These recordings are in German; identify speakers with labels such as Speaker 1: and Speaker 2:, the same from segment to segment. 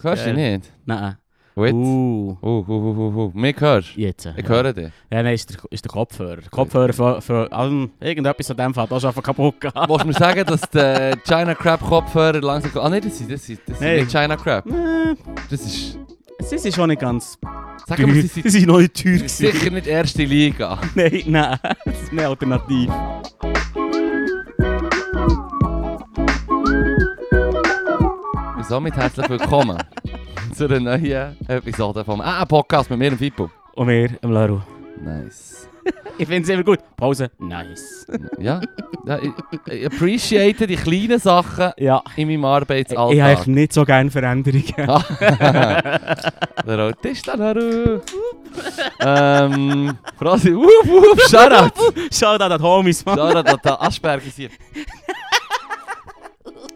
Speaker 1: Hörst du
Speaker 2: Geil.
Speaker 1: dich nicht?
Speaker 2: Nein.
Speaker 1: Gut. Uh.
Speaker 2: Uh,
Speaker 1: Uh, uh, uh, uh, Mich hörst du?
Speaker 2: jetzt.
Speaker 1: Ich
Speaker 2: ja.
Speaker 1: höre dich.
Speaker 2: Ja, nein, ist der, ist der Kopfhörer. Der Kopfhörer für, für also, irgendetwas an dem Fall, das ist einfach kaputt gegangen.
Speaker 1: Wolltest du mir sagen, dass der China Crab Kopfhörer langsam... Ah nein, das ist, das ist, das ist
Speaker 2: Nein.
Speaker 1: nicht China Crab.
Speaker 2: Äh,
Speaker 1: Das ist...
Speaker 2: Es ist schon nicht ganz
Speaker 1: Sag mal, sie
Speaker 2: Sie
Speaker 1: sind
Speaker 2: sind noch nicht teuer gewesen.
Speaker 1: sicher nicht erste Liga.
Speaker 2: Nein, nein, das ist eine Alternative.
Speaker 1: Und somit herzlich willkommen zu einer neuen Episode vom ah, Podcast mit mir und Fippo.
Speaker 2: Und wir ähm, im Laro.
Speaker 1: Nice.
Speaker 2: Ich finde es immer gut. Pause. Nice.
Speaker 1: Ja, ja ich, ich appreciate die kleinen Sachen
Speaker 2: Ja.
Speaker 1: in meinem
Speaker 2: Ich, ich habe
Speaker 1: Arbeitsalltag.
Speaker 2: echt nicht so gerne Veränderungen.
Speaker 1: Der rote ist da, Haru. Ähm, Franzi, wuff, wuff, Shoutout.
Speaker 2: Schau da, das Homies, Mann.
Speaker 1: Shoutout an den Asperger hier.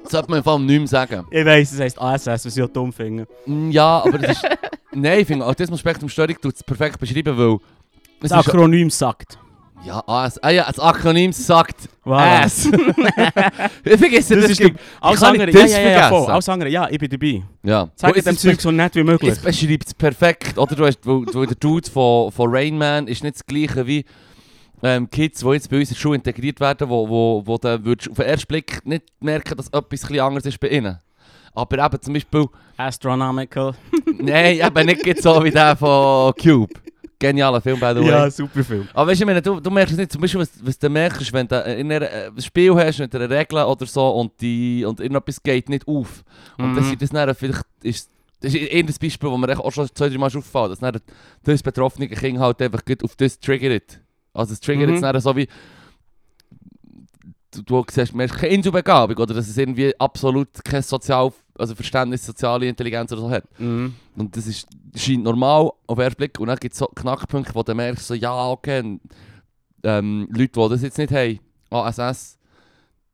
Speaker 1: Sollte man im Fall nicht mehr sagen.
Speaker 2: Ich weiss, es heisst ASS, was ich auch dumm finde.
Speaker 1: Mm, Ja, aber das ist... Nein, ich finde, Autismus-Spektrum-Störung tut es perfekt beschreiben, weil... Es
Speaker 2: Das
Speaker 1: ist,
Speaker 2: Akronym sagt.
Speaker 1: ja, AS, ah ja, das Akronym sagt
Speaker 2: Voilà.
Speaker 1: AS. ich vergesse das. das
Speaker 2: Das ist
Speaker 1: gibt,
Speaker 2: Alles
Speaker 1: kann
Speaker 2: andere,
Speaker 1: nicht
Speaker 2: ja,
Speaker 1: das
Speaker 2: ja, ja, ja, voll.
Speaker 1: vergessen.
Speaker 2: Alles andere, ja, ich bin dabei.
Speaker 1: ja.
Speaker 2: Zeig
Speaker 1: Und es
Speaker 2: dem
Speaker 1: ist
Speaker 2: Zeug so nett wie möglich.
Speaker 1: Es beschreibt es perfekt, oder? Du hast, weil, weil der Dude von, von Rain Man ist nicht das gleiche wie ähm, Kids, die jetzt bei uns in die Schule integriert werden, wo, wo, wo du würdest auf den ersten Blick nicht merken, dass etwas ein anders ist bei ihnen. Aber eben zum Beispiel,
Speaker 2: Astronomical.
Speaker 1: nein, eben nicht gerade so wie der von Cube. Genialer Film, by the way.
Speaker 2: super Film.
Speaker 1: Aber weißt du, ich meine, du, du merkst es nicht, zum Beispiel, was, was du merkst, wenn du in einer, äh, ein Spiel hast mit einer Regel oder so und, die, und irgendetwas geht nicht auf. Und
Speaker 2: Mhm.
Speaker 1: das, das dann vielleicht ist, das ist irgendein Beispiel, wo mir echt auch schon zwei, drei Mal ist aufgefallen, dass dann das betroffene Kind halt einfach gut auf das triggert. Also es triggert
Speaker 2: Mhm.
Speaker 1: es dann so wie, du, du siehst, merkst keine Inselbegabung oder dass es irgendwie absolut kein Sozial, also Verständnis, soziale Intelligenz oder so hat.
Speaker 2: Mhm.
Speaker 1: Und das ist, scheint normal auf den ersten Blick. Und dann gibt es so Knackpunkte, wo du merkst, so, ja, okay, und, ähm, Leute, die das jetzt nicht haben, ASS,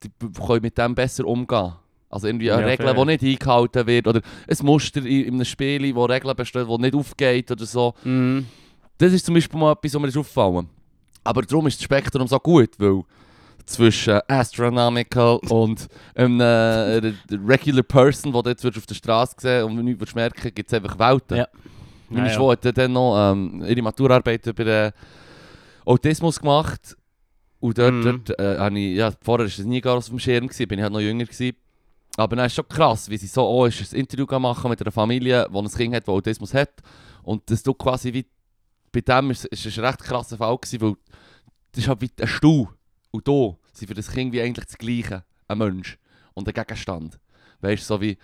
Speaker 1: die b- können mit dem besser umgehen. Also irgendwie eine
Speaker 2: Ja,
Speaker 1: Regel,
Speaker 2: fair.
Speaker 1: die nicht eingehalten wird oder ein Muster in, in einem Spiel, wo Regeln bestehen, die nicht aufgeht oder so.
Speaker 2: Mhm.
Speaker 1: Das ist zum Beispiel mal etwas, was mir ist aufgefallen. Aber darum ist das Spektrum so gut, weil zwischen Astronomical und einem äh, Regular Person, den du jetzt würdest auf der Straße sehen und nichts würdest merken gibt es einfach Welten.
Speaker 2: Ja.
Speaker 1: Meine
Speaker 2: Nou Ja, ja.
Speaker 1: Schwester hat dann noch ähm, ihre Maturarbeit über äh, Autismus gemacht. Und dort,
Speaker 2: Mhm.
Speaker 1: dort äh, habe ich, ja, vorher war es nie gar auf dem Schirm, gewesen, bin ich halt noch jünger. Gewesen. Aber dann ist schon krass, wie sie so auch ist, ein Interview gegangen machen mit einer Familie, die ein Kind hat, das Autismus hat. Und dass du quasi wie, bei dem ist, ist es ein recht krasser Fall gewesen, weil das ist halt wie ein Stuhl und da sind für das Kind wie eigentlich das Gleiche, ein Mensch und ein Gegenstand. Weißt du, so wie,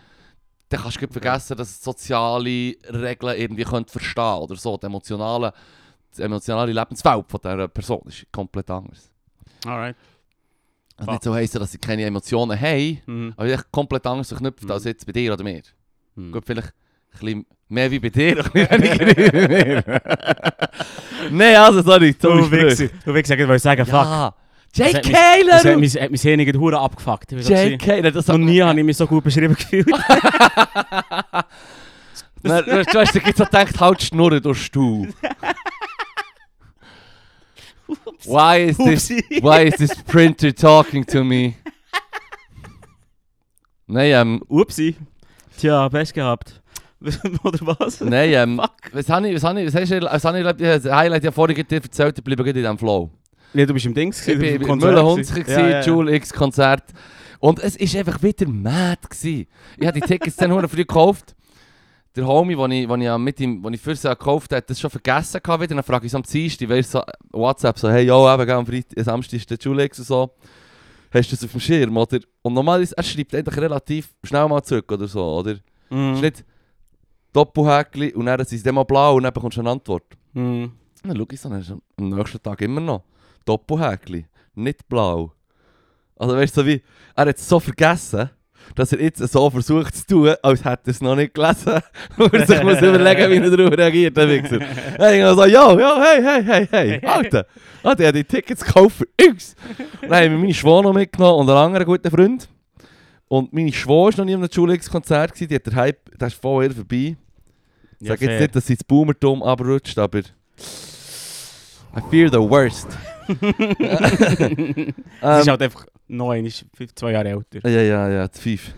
Speaker 1: dann kannst du gleich vergessen, dass soziale Regeln irgendwie könnt verstehen oder so. Die emotionale, das emotionale Lebensfeld von dieser Person ist komplett anders.
Speaker 2: Alright. Ah.
Speaker 1: Also nicht so heissen, dass sie keine Emotionen haben,
Speaker 2: Mhm.
Speaker 1: aber echt komplett anders verknüpft
Speaker 2: Mhm.
Speaker 1: als jetzt bei dir oder mir.
Speaker 2: Mhm.
Speaker 1: Gut, vielleicht ein bisschen mehr wie bei dir, ein bisschen weniger wie bei mir. Nein, also sorry,
Speaker 2: Du
Speaker 1: zum
Speaker 2: Wichser, du Wichser, ich wollte sagen, fuck.
Speaker 1: Ja,
Speaker 2: Das hat mich-
Speaker 1: J.K.
Speaker 2: Das hat
Speaker 1: Leru!
Speaker 2: mein, hat mein Hirn gegen die Hure abgefuckt. Ich bin so gewesen.
Speaker 1: J.K. Nein, das
Speaker 2: Noch nie habe ich mich so gut beschrieben gefühlt.
Speaker 1: Na, du hast- du hast dir jetzt so gedacht, halt die Schnurre, du Stuhl. Why is this,
Speaker 2: Upsi.
Speaker 1: why is this printer talking to me? Nein, ähm,
Speaker 2: Upsi. Tja, best gehabt. Oder was?
Speaker 1: nein, ähm,
Speaker 2: Fuck.
Speaker 1: was habe ich, was habe ich, was hast du, was habe ich, glaub, ich, das Highlight ja vorhin dir erzählt, ich bleibe gerade in diesem Flow.
Speaker 2: Ja, du bist im Dings
Speaker 1: Ich
Speaker 2: gewesen,
Speaker 1: bin
Speaker 2: du
Speaker 1: im
Speaker 2: bist im Konzert
Speaker 1: Müllerhunzig,
Speaker 2: gewesen. Ja, ja, ja.
Speaker 1: Jule X Konzert. Und es war einfach wieder mad. Gewesen. Ich habe die Tickets dann verdammt früh gekauft. Der Homie, den ich, den ich, ja mit ihm, den ich für sie gekauft habe, hat das schon vergessen. Gehabt wieder. Dann frage ich so am Dienstag, weil so WhatsApp so, hey, yo, eben, gell, am Freitag, am Samstag ist der Jule X und so. Hast du das auf dem Schirm, oder? Und normalerweise, er schreibt eigentlich relativ schnell mal zurück oder so, oder? Es ist
Speaker 2: Mhm.
Speaker 1: nicht Doppelhäkchen und dann sind sie dann mal blau und dann bekommst du eine Antwort.
Speaker 2: Mhm.
Speaker 1: Und dann schau ich so, dann ist am am nächsten Tag immer noch. Doppelhäkli, nicht blau. Also weißt du, so wie, er hat es so vergessen, dass er jetzt so versucht zu tun, als hätte er es noch nicht gelesen. Und er sich muss überlegen, wie er darauf reagiert, der Wichser. Hey, ich so, yo, yo, hey, hey, hey, hey, Alter. Alter, ich habe die Tickets gekauft für uns. Und dann haben wir meine Schwester noch mitgenommen und einen anderen guten Freund. Und meine Schwester war noch nie an einem Julix-Konzert, gewesen, die hat der Hype, der ist voll ihr vorbei. Ich
Speaker 2: Ja,
Speaker 1: sage jetzt
Speaker 2: fair.
Speaker 1: nicht, dass sie ins Boomertum abrutscht, aber... I fear the worst.
Speaker 2: Es ist
Speaker 1: Ähm,
Speaker 2: halt einfach neun, ist fünf- zwei Jahre älter.
Speaker 1: ja, ja, ja, zu fünf.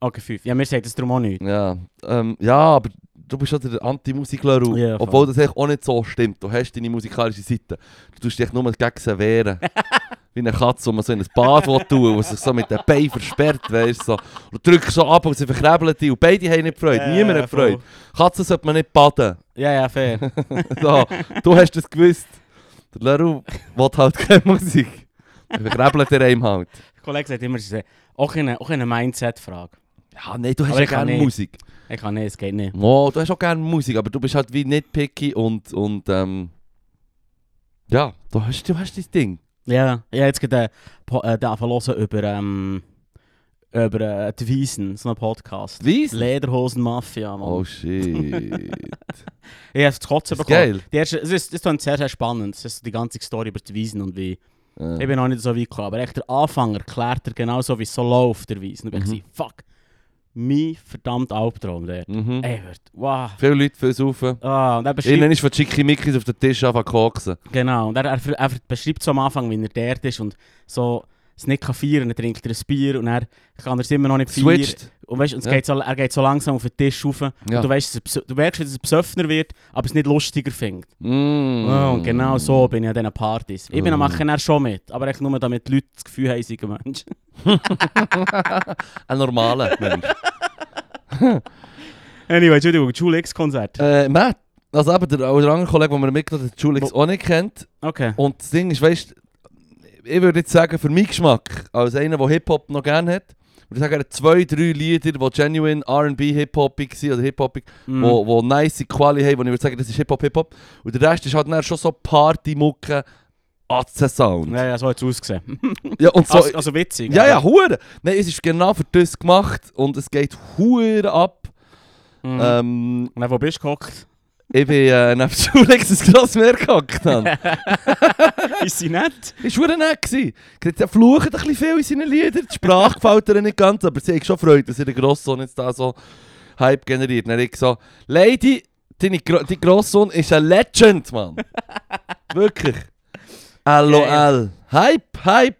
Speaker 2: Okay, 5. Ja, mir sagt das darum auch nicht.
Speaker 1: Ja, ähm, ja aber du bist ja der Anti-Musiklehrer,
Speaker 2: Ja, voll.
Speaker 1: obwohl das eigentlich auch nicht so stimmt. Du hast deine musikalische Seite. Du tust dich nur gegen sie wehren. Wie eine Katze, die man so in ein Bad will tun will, die sich so mit den Beinen versperrt, weißt du. So. Und du drückst so ab und sie verkrebeln dich und beide haben nicht Freude, niemand hat Freude. Katzen sollte man nicht baden.
Speaker 2: Ja, ja, fair.
Speaker 1: So, du hast es gewusst. Der Leru will halt keine Musik. Er verkrebelt er einem halt.
Speaker 2: Der Kollege sagt immer, es ist auch eine, auch eine Mindset-Frage.
Speaker 1: Ja, nein, du hast
Speaker 2: Aber
Speaker 1: ja
Speaker 2: ich kann
Speaker 1: gerne
Speaker 2: nicht.
Speaker 1: Musik.
Speaker 2: Ich kann nicht, es geht nicht.
Speaker 1: Oh, du hast auch gerne Musik, aber du bist halt wie nicht picky und, und ähm, ja, du hast, du hast dein Ding.
Speaker 2: Ja, ja jetzt geht der äh, den anfangen hören über, ähm, über äh, die Wiesen, so einen Podcast.
Speaker 1: Weiss?
Speaker 2: Lederhosen-Mafia, Mann.
Speaker 1: Oh shit.
Speaker 2: Ich habe es zu kotzen
Speaker 1: Ist
Speaker 2: bekommen.
Speaker 1: geil.
Speaker 2: Die erste, es ist, es ist sehr, sehr spannend. Es ist die ganze Story über die Wiesen und wie.
Speaker 1: Ja.
Speaker 2: Ich bin noch nicht so weit gekommen, aber echt der Anfang erklärt er genau so, wie es so läuft, der Wiesen. Und ich
Speaker 1: Mhm.
Speaker 2: mhm. fuck, mein verdammt Albtraum der.
Speaker 1: Mhm.
Speaker 2: Ey, wird, wow.
Speaker 1: Viele Leute, viel saufen.
Speaker 2: Ah, und er beschreibt,
Speaker 1: Innen ist von Chickimickis auf den Tisch anfangen zu koksen.
Speaker 2: genau, und er, er, er beschreibt so am Anfang, wie er dort ist und so es nicht kann feiern, dann trinkt er ein Bier und er kann er es immer noch nicht feiern.
Speaker 1: Switched.
Speaker 2: Und weißt, und es
Speaker 1: Ja.
Speaker 2: geht so, er geht so langsam auf den Tisch rauf
Speaker 1: Ja.
Speaker 2: und du, weißt, dass er beso- du merkst, dass er besöffner wird, aber es nicht lustiger findet.
Speaker 1: Mm.
Speaker 2: Ah, und genau so bin ich an diesen Partys. Ich bin am
Speaker 1: Mm.
Speaker 2: machen er schon mit, aber echt nur damit die Leute das Gefühl haben, sie seien Menschen.
Speaker 1: Ein normaler Mensch.
Speaker 2: Anyway, Entschuldigung, Jule X-Konzert.
Speaker 1: äh, Matt, also eben der, auch der andere Kollege, den wir mitgenommen haben, Julix auch nicht kennt.
Speaker 2: Okay.
Speaker 1: Und das Ding ist, weißt ich würde jetzt sagen, für meinen Geschmack, als einer, der Hip-Hop noch gerne hat, würde ich sagen, er hat zwei, drei Lieder, die genuine R&B hip-hopig sind oder hip-hopig,
Speaker 2: Mm.
Speaker 1: wo, wo nice Quali haben, wo ich würde sagen, das ist Hip-Hop, Hip-Hop. Und der Rest ist halt dann schon so Party-Mucke, Atze-Sound.
Speaker 2: Ja, ja, so hat es ausgesehen.
Speaker 1: Ja, und so...
Speaker 2: also, also witzig.
Speaker 1: ja,
Speaker 2: aber-
Speaker 1: ja, hure. Nein, es ist genau für das gemacht und es geht hure ab.
Speaker 2: Mhm.
Speaker 1: Ähm,
Speaker 2: Und dann, wo bist du gehockt?
Speaker 1: ich bin äh, neben Schulex ein grosses Meer gehackt. Mann.
Speaker 2: Ist sie nett?
Speaker 1: Ist war nett. gewesen. Gerade Sie fluchen ein bisschen viel in seinen Liedern. Die Sprache gefällt ihnen nicht ganz, aber sie haben schon Freude, dass ihr Grosssohn jetzt da so Hype generiert. Dann habe ich gesagt, Lady, deine Gro dein Grosssohn ist ein Legend, Mann. Wirklich. LOL.
Speaker 2: Ja,
Speaker 1: Hype, Hype.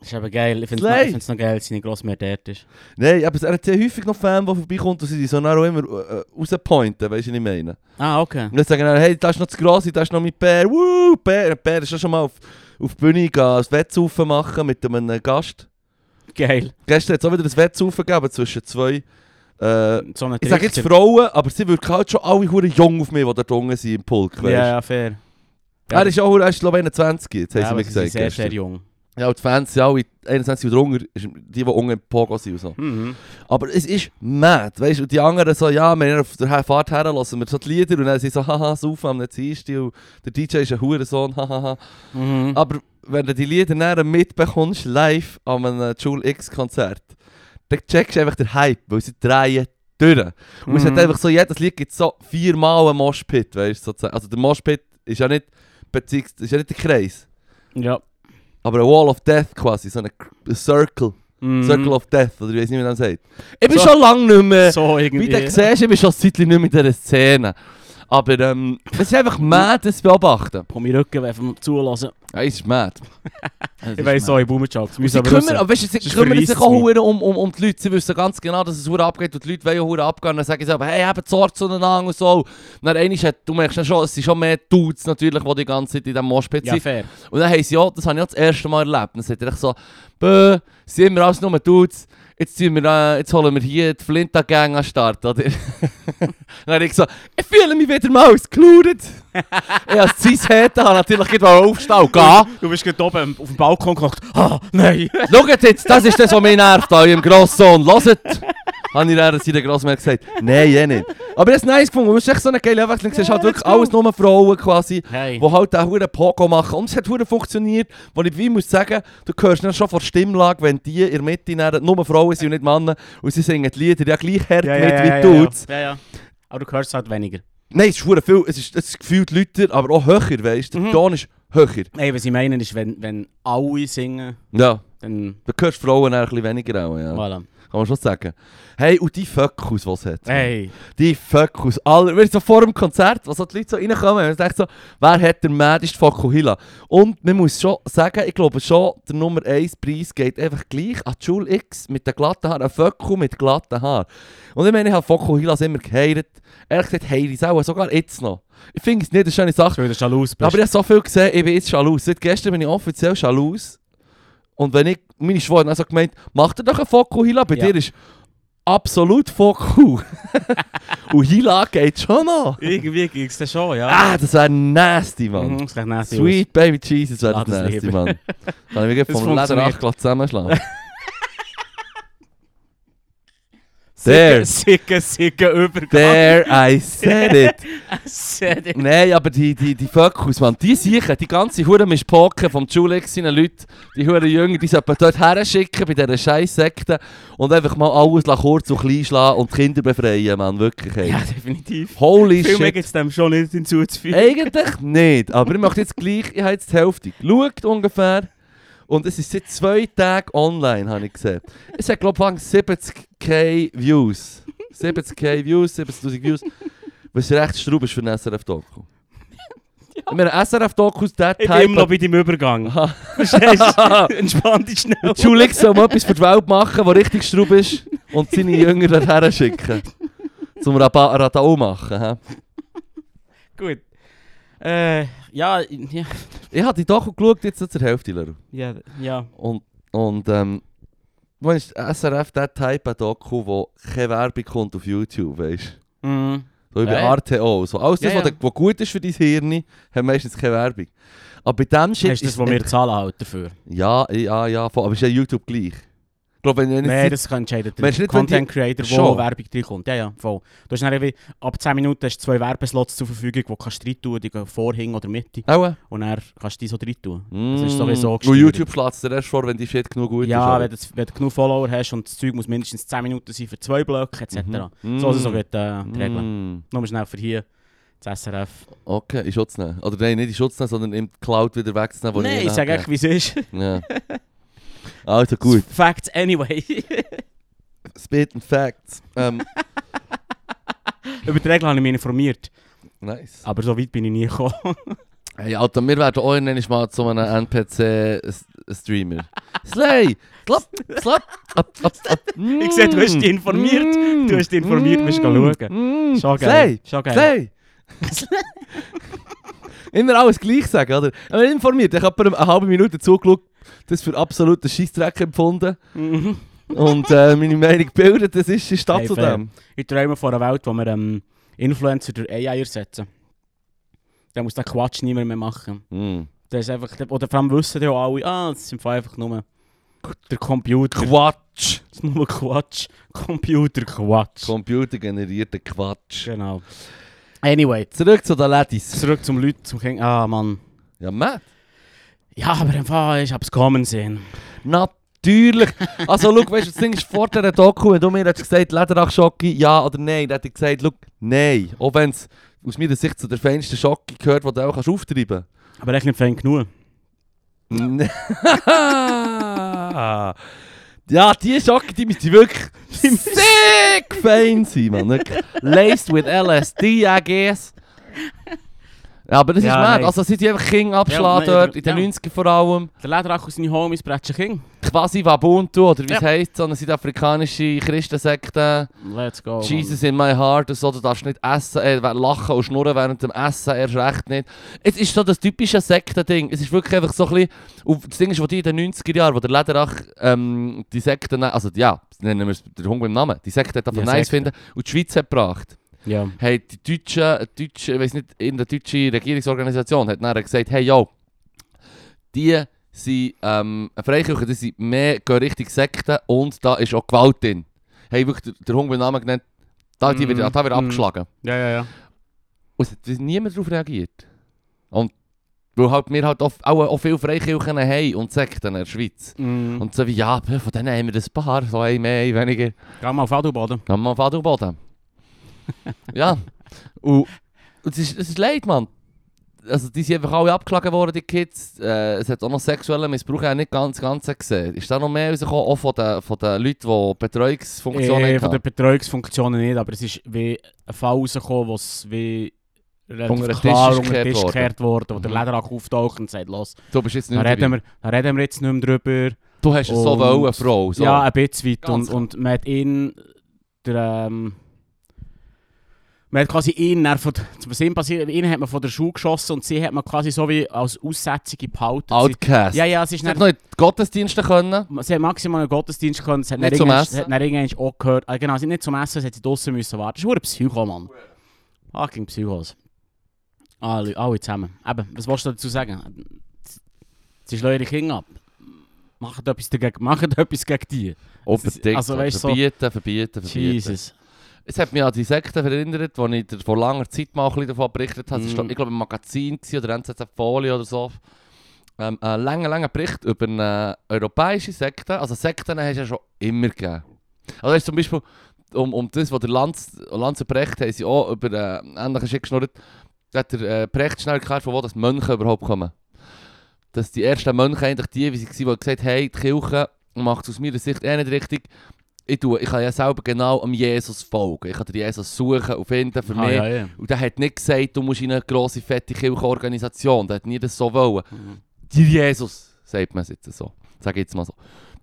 Speaker 2: Das ist aber geil. Ich finde
Speaker 1: Slay.
Speaker 2: es noch, geil, dass seine Grossmutter dort ist.
Speaker 1: Nein, aber er hat sehr häufig noch Fans, die vorbeikommt und sie sind so dann auch immer äh, rauspointen, weißt du, was ich meine?
Speaker 2: Ah, okay.
Speaker 1: Und dann sagen dann, hey, das ist noch das Grosse, das ist noch mein Bär, Woo, Bär. Bär ist ja schon mal auf, auf die Bühne gehen, ein Wettsaufen machen mit einem äh, Gast.
Speaker 2: Geil.
Speaker 1: Gestern hat es auch wieder ein Wettsaufen gegeben zwischen zwei. Äh,
Speaker 2: So eine
Speaker 1: ich sage jetzt Frauen, aber sie wirken halt schon alle hure jung auf mich, die da drungen sind im Pulk.
Speaker 2: Ja,
Speaker 1: weißt.
Speaker 2: ja, fair.
Speaker 1: Er ist auch hure- er ist, glaube ich, 21, jetzt haben
Speaker 2: ja,
Speaker 1: sie
Speaker 2: aber
Speaker 1: mir
Speaker 2: sie sind
Speaker 1: gesagt.
Speaker 2: sehr,
Speaker 1: gestern.
Speaker 2: sehr jung.
Speaker 1: Ja, und die Fans sind alle 21 und drunter, ist die, die unten im Pogo sind und so.
Speaker 2: Mhm.
Speaker 1: Aber es ist mad, weißt du, und die anderen so, ja, wir haben auf der Fahrt her, lassen wir so die Lieder und dann sind so, haha, saufen am Dienstag und der DJ ist ein Hurensohn, hahaha.
Speaker 2: Mhm.
Speaker 1: Aber wenn du die Lieder dann mitbekommst, live an einem äh, Jule X-Konzert, dann checkst du einfach den Hype, weil sie drehen durch. Und es hat
Speaker 2: Mhm.
Speaker 1: einfach so, jedes Lied gibt so viermal einen Moshpit, weißt du, sozusagen. Also der Moshpit ist ja nicht, beziehungs- ist ja nicht der Kreis,
Speaker 2: Ja.
Speaker 1: aber ein Wall of Death quasi, so ein Circle,
Speaker 2: Mhm.
Speaker 1: Circle of Death, oder ich weiß nicht, wie man das sagt. Ich bin
Speaker 2: So-
Speaker 1: schon lange nicht mehr,
Speaker 2: So
Speaker 1: wie
Speaker 2: irgendwie.
Speaker 1: du siehst, ich bin schon seit nicht mehr in dieser Szene. Aber ähm, es ist einfach mad, das zu beobachten.
Speaker 2: Komm, ich rücken, wenn wir zulassen.
Speaker 1: Ja, es ist mad.
Speaker 2: Ich weiss, so, ich boomer jobs
Speaker 1: Und Sie kümmern, aber weißt du, sie
Speaker 2: Sonst
Speaker 1: kümmern sich
Speaker 2: verreist
Speaker 1: auch
Speaker 2: es mich.
Speaker 1: hure um, um, um die Leute. Sie wissen ganz genau, dass es hure abgeht und die Leute wollen hure abgehen. Und Dann sagen sie aber, hey, habt Sorge zueinander und so. Und dann einmal hat, du merkst dann schon, es sind schon mehr Dudes natürlich, die die ganze Zeit in diesem Moshpit
Speaker 2: Ja,
Speaker 1: sind.
Speaker 2: fair.
Speaker 1: Und dann haben sie ja, das habe ich ja das erste Mal erlebt. Dann sagt er echt so, bö, sind wir alles nur Dudes, jetzt, tun wir, äh, jetzt holen wir hier die Flinta-Gang an den Start, oder? dann habe ich gesagt, ich fühle mich wieder mal ausgelaudet. ich habe sein Hätte natürlich gleich mal aufstehen und gehen.
Speaker 2: Du bist gerade oben auf dem Balkon gekocht. Ah, nein.
Speaker 1: Schaut jetzt, das ist das, was mich nervt an eurem Grosssohn. Hört! Habe ich dann seiner Grossmutter gesagt. Nein, eh nicht. Aber ich habe es nice gefunden. weil Es ist echt so eine geile Abwechslung. Es ist halt wirklich alles nur Frauen quasi,
Speaker 2: Hey.
Speaker 1: die halt auch einen Pogo machen. Und es hat verdammt funktioniert. Wo ich wie muss sagen, du hörst dann schon von der Stimmlage, wenn die in der Mitte dann nur Frauen sind und nicht Männer. Und sie singen die Lieder ja gleich hart mit wie
Speaker 2: ja,
Speaker 1: du.
Speaker 2: Ja, ja. Aber du hörst es halt weniger.
Speaker 1: Nein, es ist verdammt viel. Es ist, es ist gefühlt lauter, aber auch höher, weißt du. Der
Speaker 2: Mhm.
Speaker 1: Ton ist höher.
Speaker 2: Nein, was ich meine ist, wenn, wenn alle singen,
Speaker 1: Ja.
Speaker 2: dann...
Speaker 1: Du hörst Frauen dann ein bisschen weniger auch, nou, ja.
Speaker 2: Voilà.
Speaker 1: Kann man schon sagen. Hey, und die Föckus, die es hat.
Speaker 2: Hey,
Speaker 1: Die Föckus. Alle, wir so vor dem Konzert, was so die Leute so reinkommen, und denkt so, wer hat den mädesten Fokuhila? Und man muss schon sagen, ich glaube schon, der Nummer 1 Preis geht einfach gleich an Jul X mit den glatten Haaren, ein Föcku mit glatten Haaren. Und ich meine, ich habe Fokuhilas immer geheiratet. Ehrlich gesagt, heirate ich es auch, sogar jetzt noch. Ich finde es nicht eine schöne Sache.
Speaker 2: schon wieder Schalus bist.
Speaker 1: Aber ich habe so viel gesehen, ich bin jetzt schalus. Seit gestern bin ich offiziell schalus. Und wenn ich, meine Schwester hat so gemeint, mach dir doch einen Fokus Hila, bei
Speaker 2: Ja.
Speaker 1: dir ist absolut Fokus. Und Hila geht schon noch.
Speaker 2: irgendwie ging es schon, ja.
Speaker 1: Ah, das wäre nasty, Mann.
Speaker 2: Mhm, das sieht nasty aus.
Speaker 1: Sweet Baby Jesus wäre das
Speaker 2: Lass es
Speaker 1: nasty,
Speaker 2: lieber.
Speaker 1: Mann. Dann habe ich mich
Speaker 2: Das
Speaker 1: vom Lederach
Speaker 2: funktioniert.
Speaker 1: gelassen zusammenschlagen. There.
Speaker 2: Sicken, sicken, sicken Übergang.
Speaker 1: There, I said it.
Speaker 2: Sehr.
Speaker 1: Nein, aber die, die, die Fokus, man, die sicher, die ganze Hure Mischpoke vom Julex seinen Leuten, die Hure Jünger, die sollten dort her schicken bei dieser scheiß Sekte und einfach mal alles la kurz und klein schlagen und die Kinder befreien, man, wirklich. Ey.
Speaker 2: Ja, definitiv.
Speaker 1: Holy
Speaker 2: Viel mehr
Speaker 1: shit.
Speaker 2: gibt es dem schon nicht hinzuzufügen.
Speaker 1: Eigentlich nicht, aber ich möchte jetzt gleich, ich habe jetzt die Hälfte geschaut ungefähr und es ist seit zwei Tagen online, habe ich gesehen. Es hat glaube ich 70k Views. 70k Views, 70'000 Views. Was recht straub ist für einen SRF-Doku. Ich meine, SRF-Dokus, der
Speaker 2: Ich
Speaker 1: Type...
Speaker 2: bin immer noch bei deinem Übergang.
Speaker 1: Aha.
Speaker 2: Verstehst du? Entspann dich schnell.
Speaker 1: Der Julix soll mal etwas für die Welt machen, was richtig straub ist und seine Jünger dorthin schicken. Zum Raba- Radau machen. hä?
Speaker 2: Gut. Äh, ja, ja,
Speaker 1: Ich habe die Doku geschaut, jetzt so zur Hälfte, Leru.
Speaker 2: ja, ja.
Speaker 1: Und, und ähm, du meinst, SRF, der Type an Doku, wo keine Werbung kommt auf YouTube, weißt du?
Speaker 2: Mhm.
Speaker 1: So über
Speaker 2: Ja, ja.
Speaker 1: RTO. So. Alles das,
Speaker 2: Ja, ja.
Speaker 1: Was, was gut ist für dein Hirn, hat meistens keine Werbung. Aber bei dem Shit
Speaker 2: Hast du das,
Speaker 1: ist-
Speaker 2: was wir zahlen halt dafür?
Speaker 1: Ja, ja, ja, voll. aber ist ja YouTube gleich. Ich glaube, wenn wenn
Speaker 2: Nein,
Speaker 1: jetzt
Speaker 2: das kann entscheiden der
Speaker 1: Meinst du nicht, wenn
Speaker 2: Content Creator, wo
Speaker 1: Schon.
Speaker 2: Werbung reinkommt. Ja, ja, voll. Du hast dann irgendwie, ab 10 Minuten hast du zwei Werbeslots zur Verfügung, die kannst du rein tun, die gehen vorhin oder Mitte.
Speaker 1: Auch?
Speaker 2: Und dann kannst du die so rein tun.
Speaker 1: Mm.
Speaker 2: ist sowieso
Speaker 1: Weil
Speaker 2: gesteuert.
Speaker 1: YouTube schlägt dir erst vor, wenn die Shit genug gut
Speaker 2: ja, wenn
Speaker 1: ist.
Speaker 2: du, wenn du genug Follower hast und das Zeug muss mindestens 10 Minuten sein für zwei Blöcke etc.
Speaker 1: Mhm.
Speaker 2: So sind so gut äh, die Regeln.
Speaker 1: Mm.
Speaker 2: Nur schnell für hier, das SRF.
Speaker 1: Okay, in Schutz nehmen. Oder nein, nicht in Schutz nehmen, sondern in die Cloud wieder wegzunehmen. wo
Speaker 2: Nein, ich
Speaker 1: nicht
Speaker 2: sage
Speaker 1: habe.
Speaker 2: echt, wie es ist.
Speaker 1: Ja. Also gut.
Speaker 2: Facts anyway.
Speaker 1: Spit and Facts. Ähm,
Speaker 2: Über die Regeln habe ich mich informiert,
Speaker 1: nice.
Speaker 2: aber so weit bin ich nie gekommen.
Speaker 1: Hey, Alter, wir werden auch irgendwann mal zu einem NPC-Streamer. Slay! Klapp! Klapp! Ab, ab, ab.
Speaker 2: Ich sehe, du hast dich informiert.
Speaker 1: Mm.
Speaker 2: Du hast dich informiert, bist schauen.
Speaker 1: Mm.
Speaker 2: Schon
Speaker 1: Slay!
Speaker 2: geil. Schon geil.
Speaker 1: Slay! Immer alles gleich sagen, oder? Wenn man informiert, ich habe eine halbe Minute zugeschaut, das für absoluten Scheissdreck empfunden
Speaker 2: Mhm.
Speaker 1: und äh, meine Meinung gebildet, das ist die Stadt
Speaker 2: Hey,
Speaker 1: zu
Speaker 2: fair.
Speaker 1: dem.
Speaker 2: Ich träume von einer Welt, wo wir ähm, Influencer durch AI ersetzen. Dann muss der Quatsch niemand mehr machen.
Speaker 1: Mm.
Speaker 2: Das ist einfach, oder vor allem wissen ja auch alle, ah, das sind einfach nur der Computer.
Speaker 1: Quatsch!
Speaker 2: Das ist nur Quatsch. Computer-Quatsch.
Speaker 1: Computergenerierter Quatsch.
Speaker 2: genau. Anyway,
Speaker 1: Zurück zu den Ladies.
Speaker 2: zurück zum Leuten, zum Kind. Ah, Mann.
Speaker 1: Ja, Matt.
Speaker 2: Ja, aber im Fall, ich hab's kommen sehen.
Speaker 1: Natürlich! Also, schau, weißt du, das Ding ist vor dieser Doku, wenn du mir hättest gesagt Lederach Schocke, ja oder nein, dann hätte ich gesagt, schau, nein. Auch wenn es aus meiner Sicht zu der feinsten Schocke gehört, die du auch kannst auftreiben
Speaker 2: Aber echt nicht fein genug.
Speaker 1: kannst. ja, die Schocke, die müsste wirklich sick fein sein, Mann. Wirklich. Laced with LSD, I guess. Ja, aber das
Speaker 2: Ja,
Speaker 1: ist mad.
Speaker 2: nein.
Speaker 1: Also, seit die einfach King abschlagen
Speaker 2: Ja, nein,
Speaker 1: dort, in den
Speaker 2: ja.
Speaker 1: 90ern vor allem.
Speaker 2: Der Lederach und seine Homies bretschen King.
Speaker 1: quasi Wabuntu, oder wie es
Speaker 2: Ja. Oh,
Speaker 1: heisst, so eine südafrikanische Christensekte.
Speaker 2: Let's go.
Speaker 1: Jesus in my heart und so, du darfst nicht essen, äh, lachen und schnurren während dem Essen, erst recht nicht. Es ist so das typische Sekten-Ding. Es ist wirklich einfach so ein bisschen, und das Ding ist, wo die in den 90er Jahren, wo der Lederach ähm, die Sekte, also ja, nennen wir es der Hunger im Namen, die Sekte hat einfach
Speaker 2: Ja,
Speaker 1: nice
Speaker 2: Sekte.
Speaker 1: finden und die Schweiz hat gebracht.
Speaker 2: Mann. Ja.
Speaker 1: Hey, die deutsche, deutsche ich weiß nicht, in der deutschen Regierungsorganisation hat dann gesagt, hey yo, die sind ähm, eine Freikirche, die sind mehr, gehen richtig Sekten und da ist auch Gewalt drin. Hey, wirklich, der, der Hunger Namen genannt, da, die wird,
Speaker 2: Mhm.
Speaker 1: da wird
Speaker 2: Mhm.
Speaker 1: abgeschlagen.
Speaker 2: Ja, ja, ja.
Speaker 1: Und es hat niemand darauf reagiert. Und weil halt, wir halt auch, auch, auch viele Freikirchen haben und Sekten in der Schweiz.
Speaker 2: Mhm. Und
Speaker 1: Und so wie, ja, von denen haben wir ein paar, so ein mehr, ein weniger.
Speaker 2: Geh mal auf Adelboden.
Speaker 1: Dann mal Vater und Boden. ja. Und und es ist, es ist leid, Mann. also die sind einfach alle abgeschlagen worden, die Kids. Äh, es hat auch noch sexuellen Missbrauch ich habe nicht ganz, ganz gesehen. Ist da noch mehr rausgekommen, auch von den, von den Leuten, die Betreuungsfunktionen
Speaker 2: Äh,
Speaker 1: hatten?
Speaker 2: von den Betreuungsfunktionen nicht, aber es ist wie ein Fall rausgekommen, wo es wie
Speaker 1: Unter den
Speaker 2: relativ
Speaker 1: Tisch
Speaker 2: klar
Speaker 1: ist
Speaker 2: unter den
Speaker 1: gekehrt
Speaker 2: Tisch
Speaker 1: worden.
Speaker 2: gekehrt worden, wo der
Speaker 1: Mhm.
Speaker 2: Lederach auftaucht und sagt, los,
Speaker 1: Du bist jetzt
Speaker 2: da
Speaker 1: nicht
Speaker 2: reden,
Speaker 1: dabei.
Speaker 2: wir, da reden wir jetzt nicht mehr drüber.
Speaker 1: Du hast es so
Speaker 2: Und-
Speaker 1: wollen, Frau. So.
Speaker 2: Oh, Ja, ein bisschen weit.
Speaker 1: Ganz
Speaker 2: Und,
Speaker 1: klar.
Speaker 2: und man hat ihn, der, ähm, man hat quasi ihn, dann von, was ihm passiert, ihn hat man von der Schule geschossen und sie hat man quasi so wie als Aussätzige behalten.
Speaker 1: Outcast.
Speaker 2: Sie, ja, ja, es ist
Speaker 1: Sie hat
Speaker 2: dann,
Speaker 1: noch in die Gottesdienste können.
Speaker 2: sie hat maximal einen Gottesdienst können, es hat
Speaker 1: Nicht
Speaker 2: dann
Speaker 1: zum
Speaker 2: irgendwann-
Speaker 1: Essen.
Speaker 2: hat dann irgendwann auch gehört, ah, genau, sie hat nicht zum Essen, es hat sie draussen müssen warten. Das ist verdammt Psycho, Mann. Fucking Psychos. Alle, alle zusammen. Eben, was willst du dazu sagen? Sie schlagen ihre Kinder ab. Macht etwas dagegen, macht etwas gegen die.
Speaker 1: Unbedingt.
Speaker 2: also, weißt du, so-
Speaker 1: verbieten, verbieten, verbieten.
Speaker 2: Jesus.
Speaker 1: Es hat mich an die Sekte erinnert, wo ich dir vor langer Zeit mal ein bisschen davon berichtet habe. Es
Speaker 2: Mhm.
Speaker 1: war, ich glaube, im Magazin gewesen oder NZZ Folie oder so. Ähm, ein langer, langer Bericht über eine europäische Sekte. Also Sekten hast du ja schon immer gegeben. Also weißt, du, zum Beispiel, um, um das, was der Lanz, Lanz und Brecht haben sie auch über äh, ähnlichen Schick geschnurrt, Da hat der äh, Brecht schnell erklärt, von wo das Mönche überhaupt kommen. Dass die ersten Mönche eigentlich die waren, die gesagt haben, hey, die Kirche macht es aus meiner Sicht eh nicht richtig. Ich, tue, ich kann ja selber genau am Jesus folgen. Ich kann den Jesus suchen und finden für
Speaker 2: Ah,
Speaker 1: mich.
Speaker 2: ja, ja.
Speaker 1: Und der hat nicht gesagt, du musst in eine grosse, fette Kirchenorganisation. Der hat nie das so wollen. Dir Jesus, sagt man es jetzt so. Sag ich jetzt mal so.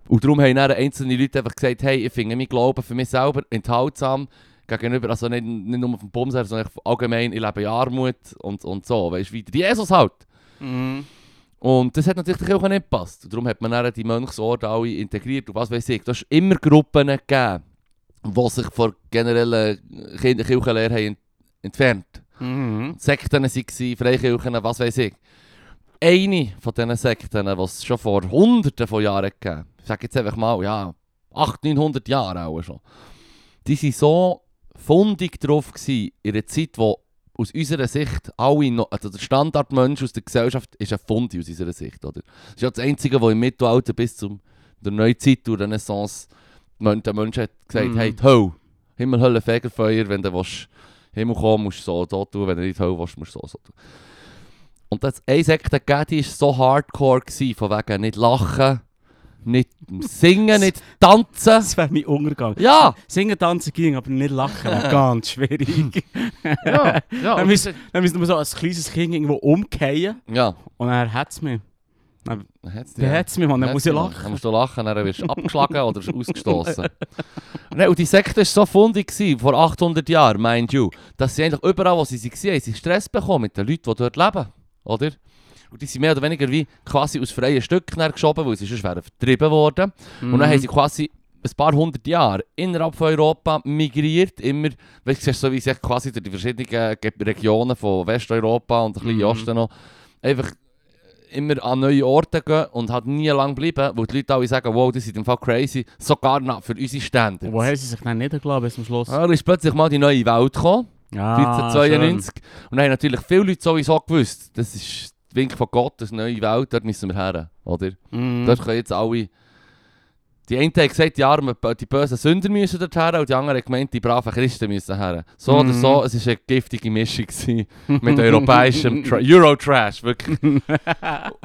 Speaker 1: Und darum haben dann einzelne Leute einfach gesagt, hey, ich finde meinen Glauben für mich selber enthaltsam gegenüber, also nicht, nicht nur vom Bums her, sondern allgemein, ich lebe in Armut und, und so. Weißt du, wie der Jesus halt. Und das hat natürlich der Kirche nicht gepasst. Und darum hat man dann die Mönchsorte alle integriert und was weiß ich. Da hast immer Gruppen gegeben, die sich von generellen Kinder- Kirchenlehre haben ent entfernt
Speaker 2: Mhm.
Speaker 1: Sekten waren, Freikirchen, was weiß ich. Eine von diesen Sekten, die es schon vor hunderten von Jahren gegeben hat, ich sage jetzt einfach mal, ja, 800, 900 Jahre auch schon, die waren so fundig drauf gewesen, in einer Zeit, wo aus unserer Sicht alle noch, also der Standardmensch aus der Gesellschaft ist ein Fundi aus unserer Sicht, oder? Das ist ja das Einzige, was im Mittelalter bis zur Neuzeit und Renaissance Mensch, der Mensch hat gesagt,
Speaker 2: Mhm.
Speaker 1: hey, die Hölle, Himmel, Hölle, Fegefeuer, wenn du willst, Himmel kommen, musst du so, so tun, wenn du nicht in die Hölle willst, musst du so, so tun. Und das eine Sekte gegeben, die war so hardcore, gewesen, von wegen nicht lachen, nicht singen, nicht tanzen.
Speaker 2: Das wäre mein Untergang.
Speaker 1: Ja!
Speaker 2: Singen, tanzen ging, aber nicht lachen wäre ganz schwierig.
Speaker 1: Ja! Ja!
Speaker 2: dann müssen dann müssen wir so als kleines Kind irgendwo umkehren
Speaker 1: ja.
Speaker 2: und dann hat es mich.
Speaker 1: Dann hat's die-
Speaker 2: Dann hat's mich, Mann. Dann
Speaker 1: Ja,
Speaker 2: muss ich
Speaker 1: Simon,
Speaker 2: lachen.
Speaker 1: Dann musst du lachen, dann wirst du abgeschlagen oder ausgestoßen. Nein, und die Sekte war so fundig, gewesen, vor 800 Jahren, mind you, dass sie eigentlich überall, wo sie waren, haben sie Stress bekommen mit den Leuten, die dort leben. Oder? Und die sind mehr oder weniger wie quasi aus freien Stücken nachher geschoben, weil sie sonst wären vertrieben worden. Und dann haben
Speaker 2: Mhm.
Speaker 1: sie quasi ein paar hundert Jahre innerhalb von Europa migriert, immer, weißt du, siehst du, so wie sich quasi durch die verschiedenen Ge- Regionen von Westeuropa und ein bisschen
Speaker 2: Mhm.
Speaker 1: Osten noch, einfach immer an neue Orte gehen und halt nie lang bleiben, wo die Leute alle sagen, wow, das ist im Fall crazy, sogar noch für unsere Standards.
Speaker 2: Und Woher sie sich dann niedergelassen bis zum Schluss?
Speaker 1: Ja, dann ist plötzlich mal die neue Welt gekommen,
Speaker 2: Ah,
Speaker 1: 1492, und dann haben natürlich viele Leute sowieso gewusst, das ist der Wink von Gott, das ist eine neue Welt, dort müssen wir her, oder?
Speaker 2: schön. Mhm.
Speaker 1: Dort können jetzt alle. Die einen haben gesagt, die armen, die bösen Sünder müssen dort her, und die anderen haben gemeint, die braven Christen müssen her. So oder
Speaker 2: Mhm.
Speaker 1: so, es war eine giftige Mischung gewesen mit europäischem Tra Euro-Trash, wirklich.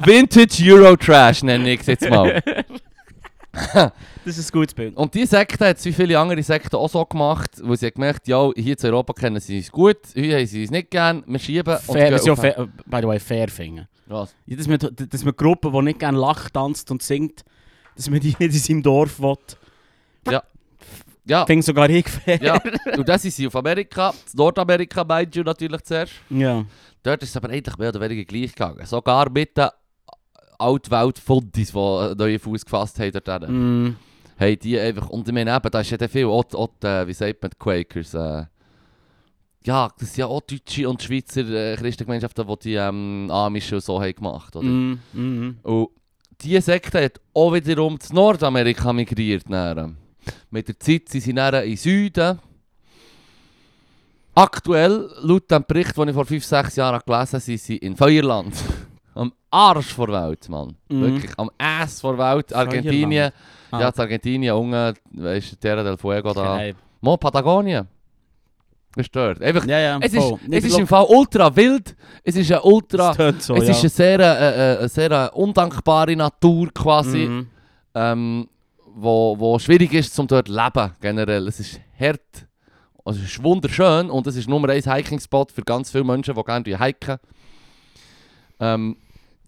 Speaker 1: Vintage Euro-Trash nenne ich es jetzt mal.
Speaker 2: Das ist ein gutes Bild.
Speaker 1: Und diese Sekte hat es wie viele andere Sekten auch so gemacht, wo sie haben gemerkt ja, hier zu Europa kennen sie uns gut, hier haben sie uns nicht gern, wir schieben und
Speaker 2: Fair,
Speaker 1: gehen
Speaker 2: was ich auch
Speaker 1: auf-
Speaker 2: fair, by the way, fair finden.
Speaker 1: Was?
Speaker 2: Ja, dass, man, dass man Gruppen, die nicht gerne lacht, tanzt und singt, dass man die nicht in seinem Dorf will.
Speaker 1: Ja,
Speaker 2: Fing sogar ich fair.
Speaker 1: ja. Und das sind sie auf Amerika, Nordamerika, meint ihr natürlich zuerst.
Speaker 2: Ja.
Speaker 1: Dort ist es aber eigentlich mehr oder weniger gleich gegangen. Sogar mit den Altwelt-Fundis, die einen neuen Fuß gefasst haben dort hinten.
Speaker 2: Mhm.
Speaker 1: Haben die einfach, und ich meine eben, da ist ja dann viel, auch, auch, äh, wie sagt man, die Quakers, äh, ja, das sind ja auch deutsche und Schweizer äh, Christengemeinschaften, die die ähm, Amischen und so haben gemacht, oder?
Speaker 2: Mhm. Mhm.
Speaker 1: Und diese Sekte hat auch wiederum zu Nordamerika migriert. Nachher. Mit der Zeit sind sie nachher in den Süden. Aktuell, laut dem Bericht, den ich vor 5-6 Jahren gelesen habe, sind sie in Feuerland. Am Arsch vor Welt, Mann.
Speaker 2: Mhm.
Speaker 1: Wirklich, am Ass vor Welt. Argentinien.
Speaker 2: Ah.
Speaker 1: Ja, das Argentinien, unten, weißt du, Terra del Fuego da.
Speaker 2: Geil.
Speaker 1: Mo, Patagonien. gestört. Einfach,
Speaker 2: Ja, ja,
Speaker 1: es ist,
Speaker 2: voll.
Speaker 1: es ist
Speaker 2: lo-
Speaker 1: im Fall ultra wild, es ist eine ultra...
Speaker 2: es tönt so,
Speaker 1: es
Speaker 2: ja.
Speaker 1: ist eine sehr, äh, äh, eine sehr undankbare Natur quasi,
Speaker 2: Mhm.
Speaker 1: ähm, wo, wo schwierig ist, zum dort zu leben generell. Es ist hart, also es ist wunderschön und es ist Nummer 1 Hiking-Spot für ganz viele Menschen, die gerne hiken. Ähm,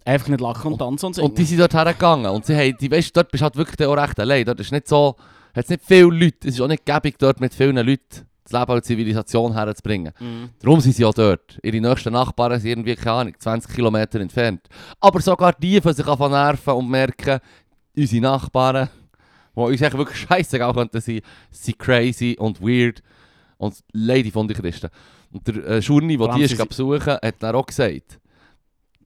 Speaker 2: Einfach nicht lachen und tanzen und singen.
Speaker 1: und die sind dort hergegangen. Und sie haben, die, weißt, dort bist du halt wirklich dann auch recht allein. Dort ist nicht so, hat es nicht viele Leute. Es ist auch nicht gäbig, dort mit vielen Leuten das Leben und die Zivilisation herzubringen.
Speaker 2: Mhm.
Speaker 1: Darum sind sie auch dort. Ihre nächsten Nachbarn sind irgendwie, keine Ahnung, 20 Kilometer entfernt. Aber sogar die fangen sich an zu nerven und merken, unsere Nachbarn, die uns echt wirklich scheißegal könnten sein, sind crazy und weird und Lady von den Christen. Und der äh, Schurni, der
Speaker 2: Vor allem
Speaker 1: die
Speaker 2: sie
Speaker 1: ist
Speaker 2: sind-
Speaker 1: besuchen, hat dann auch gesagt,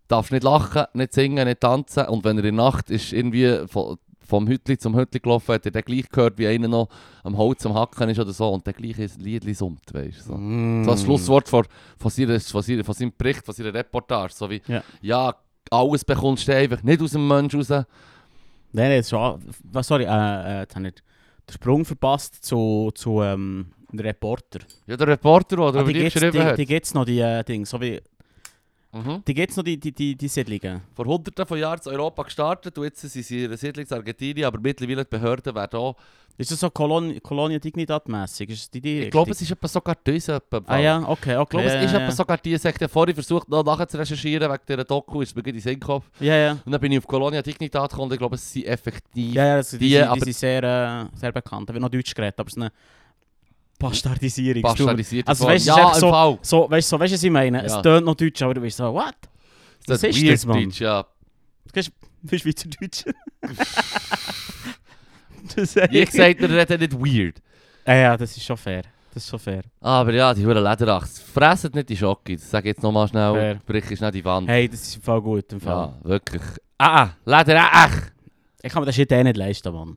Speaker 1: darfst nicht lachen, nicht singen, nicht tanzen. Und wenn er in der Nacht ist irgendwie von, vom Hütli zum Hütli gelaufen, hat er dann gleich gehört, wie einer noch am Holz am Hacken ist oder so und dann gleich ein Liedli summt, weißt du. So.
Speaker 2: Mhm.
Speaker 1: So das Schlusswort von, von, seiner, von, seiner, von seinem Bericht, von seiner Reportage. So wie,
Speaker 2: Ja.
Speaker 1: ja, alles bekommst du einfach nicht aus dem Menschen raus.
Speaker 2: Nein, nein, schon. Was, sorry, äh, äh, jetzt habe ich den Sprung verpasst zu, zu ähm, einem Reporter.
Speaker 1: Ja, der Reporter, der
Speaker 2: Ah,
Speaker 1: über
Speaker 2: die
Speaker 1: dich
Speaker 2: gibt's- die,
Speaker 1: geschrieben hat.
Speaker 2: die gibt's noch, die äh, Dinge. So wie,
Speaker 1: Mhm.
Speaker 2: die gibt's noch, die, die, die, die Siedlungen.
Speaker 1: Vor hunderten von Jahren in Europa gestartet und jetzt sind sie in ihrer Siedlung in Argentinien, aber mittlerweile die Behörden werden auch...
Speaker 2: Ist das so Colon Colonia Dignitat-mässig? Ist die die
Speaker 1: Ich glaube, es
Speaker 2: Richtung?
Speaker 1: ist etwa sogar diese. etwa im
Speaker 2: Ah
Speaker 1: Fall.
Speaker 2: ja, okay, okay.
Speaker 1: Ich glaube,
Speaker 2: ja,
Speaker 1: es ist
Speaker 2: ja,
Speaker 1: etwa sogar die Sekte. Vorher versucht noch nachher zu recherchieren wegen dieser Doku, ist mir gerade in den Sinn gekommen.
Speaker 2: Ja, ja.
Speaker 1: Und dann bin ich auf Colonia Dignitat gekommen und ich glaube, es sind effektiv...
Speaker 2: Ja, ja, also die,
Speaker 1: Die,
Speaker 2: sind- die,
Speaker 1: aber-
Speaker 2: sind sehr, äh, sehr bekannt. Da wird noch Deutsch geredet, aber es ist eine Bastardisierung.
Speaker 1: Bastardisierte
Speaker 2: Also,
Speaker 1: Form.
Speaker 2: weißt du, es ist
Speaker 1: ja,
Speaker 2: echt
Speaker 1: im Fall.
Speaker 2: So, weißt du, so, weißt du, was ich meine?
Speaker 1: Ja.
Speaker 2: Es tönt noch Deutsch, aber du bist so, what?
Speaker 1: Das
Speaker 2: was ist
Speaker 1: weird
Speaker 2: das, Mann?
Speaker 1: Deutsch, ja.
Speaker 2: Du bist- du bist Schweizerdeutsch. das
Speaker 1: Wie gesagt, wir reden nicht weird.
Speaker 2: Ja, ja, das ist schon fair. Das ist schon fair.
Speaker 1: Aber ja, die hohen Lederachs. Fressen nicht die Schocke. Das sage ich jetzt nochmal schnell.
Speaker 2: Fair.
Speaker 1: Brich ist nicht die Wand.
Speaker 2: Hey, das ist im Fall gut. Im Fall.
Speaker 1: Ja, wirklich. Ah, Lederach!
Speaker 2: Ich kann mir das shit eh nicht leisten, Mann.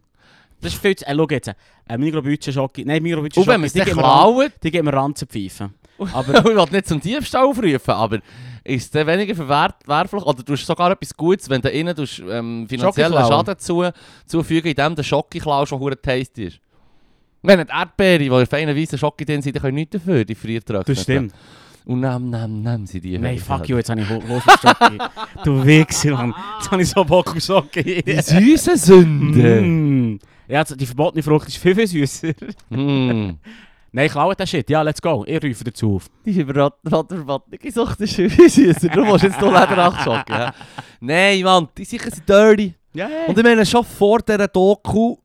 Speaker 2: Das ist viel zu... Äh, schau jetzt. Ein Mikrobudget-Schocke... Nein,
Speaker 1: Und wenn wir
Speaker 2: Mikrobudget-Schocke...
Speaker 1: es nicht klauen,
Speaker 2: Die geben mir Ranzenpfeifen.
Speaker 1: aber ich will nicht zum Diebstahl aufrufen, aber ist es dann weniger verwerflich oder tust du sogar etwas Gutes, wenn du innen tust, ähm, finanziellen
Speaker 2: Schocke klauen.
Speaker 1: Schaden zu, zufügen, indem der Schocke klaust, der verdammt tasty ist? Wenn nicht Erdbeere, die in feinen weißen Schocke drin sind, die können nichts dafür, die frieren
Speaker 2: Das stimmt.
Speaker 1: Und nam, nam, nam sind die.
Speaker 2: Nein, fuck you, jetzt habe ich Ho- Hose auf Schocke. Du Wichser, Mann. Jetzt habe ich so Bock auf Schocke.
Speaker 1: Die süßen Sünde!
Speaker 2: Mm. Ja, die verbotene Frucht ist viel, viel süßer.
Speaker 1: mm.
Speaker 2: Nein, ich klaue den Shit. Ja, let's go. Ich rufe dazu auf.
Speaker 1: Die ist über Rattenverwandlung gesucht, das ist wie süßer. Du musst jetzt hier Leder nachschocken. hä? Nein, Mann, die sicher sind dirty.
Speaker 2: Ja,
Speaker 1: Und ich meine, schon vor dieser Doku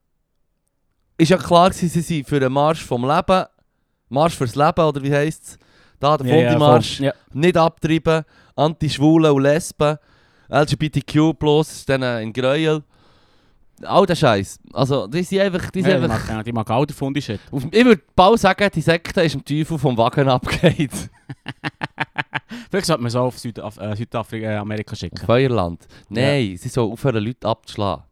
Speaker 1: ist ja klar, gewesen, sie sind für den Marsch vom Leben, Marsch fürs Leben, oder wie heisst es? Da, der Fundimarsch,
Speaker 2: Ja,
Speaker 1: nicht abtreiben, Anti-Schwulen und Lesben, LGBTQ+, denen eh, in Gräuel. All der Scheiß. Also, die sind einfach... Die
Speaker 2: die,
Speaker 1: sind
Speaker 2: ja, die,
Speaker 1: einfach
Speaker 2: mag, ja, die mag auch den Fundi-Shit.
Speaker 1: auf, ich würde bald sagen, die Sekte ist dem Teufel vom Wagen abgeht.
Speaker 2: Vielleicht sollte man so auf Süda auf, äh, Südafrika, äh, Amerika schicken.
Speaker 1: Feuerland. Nein, sie soll aufhören, Leute abzuschlagen.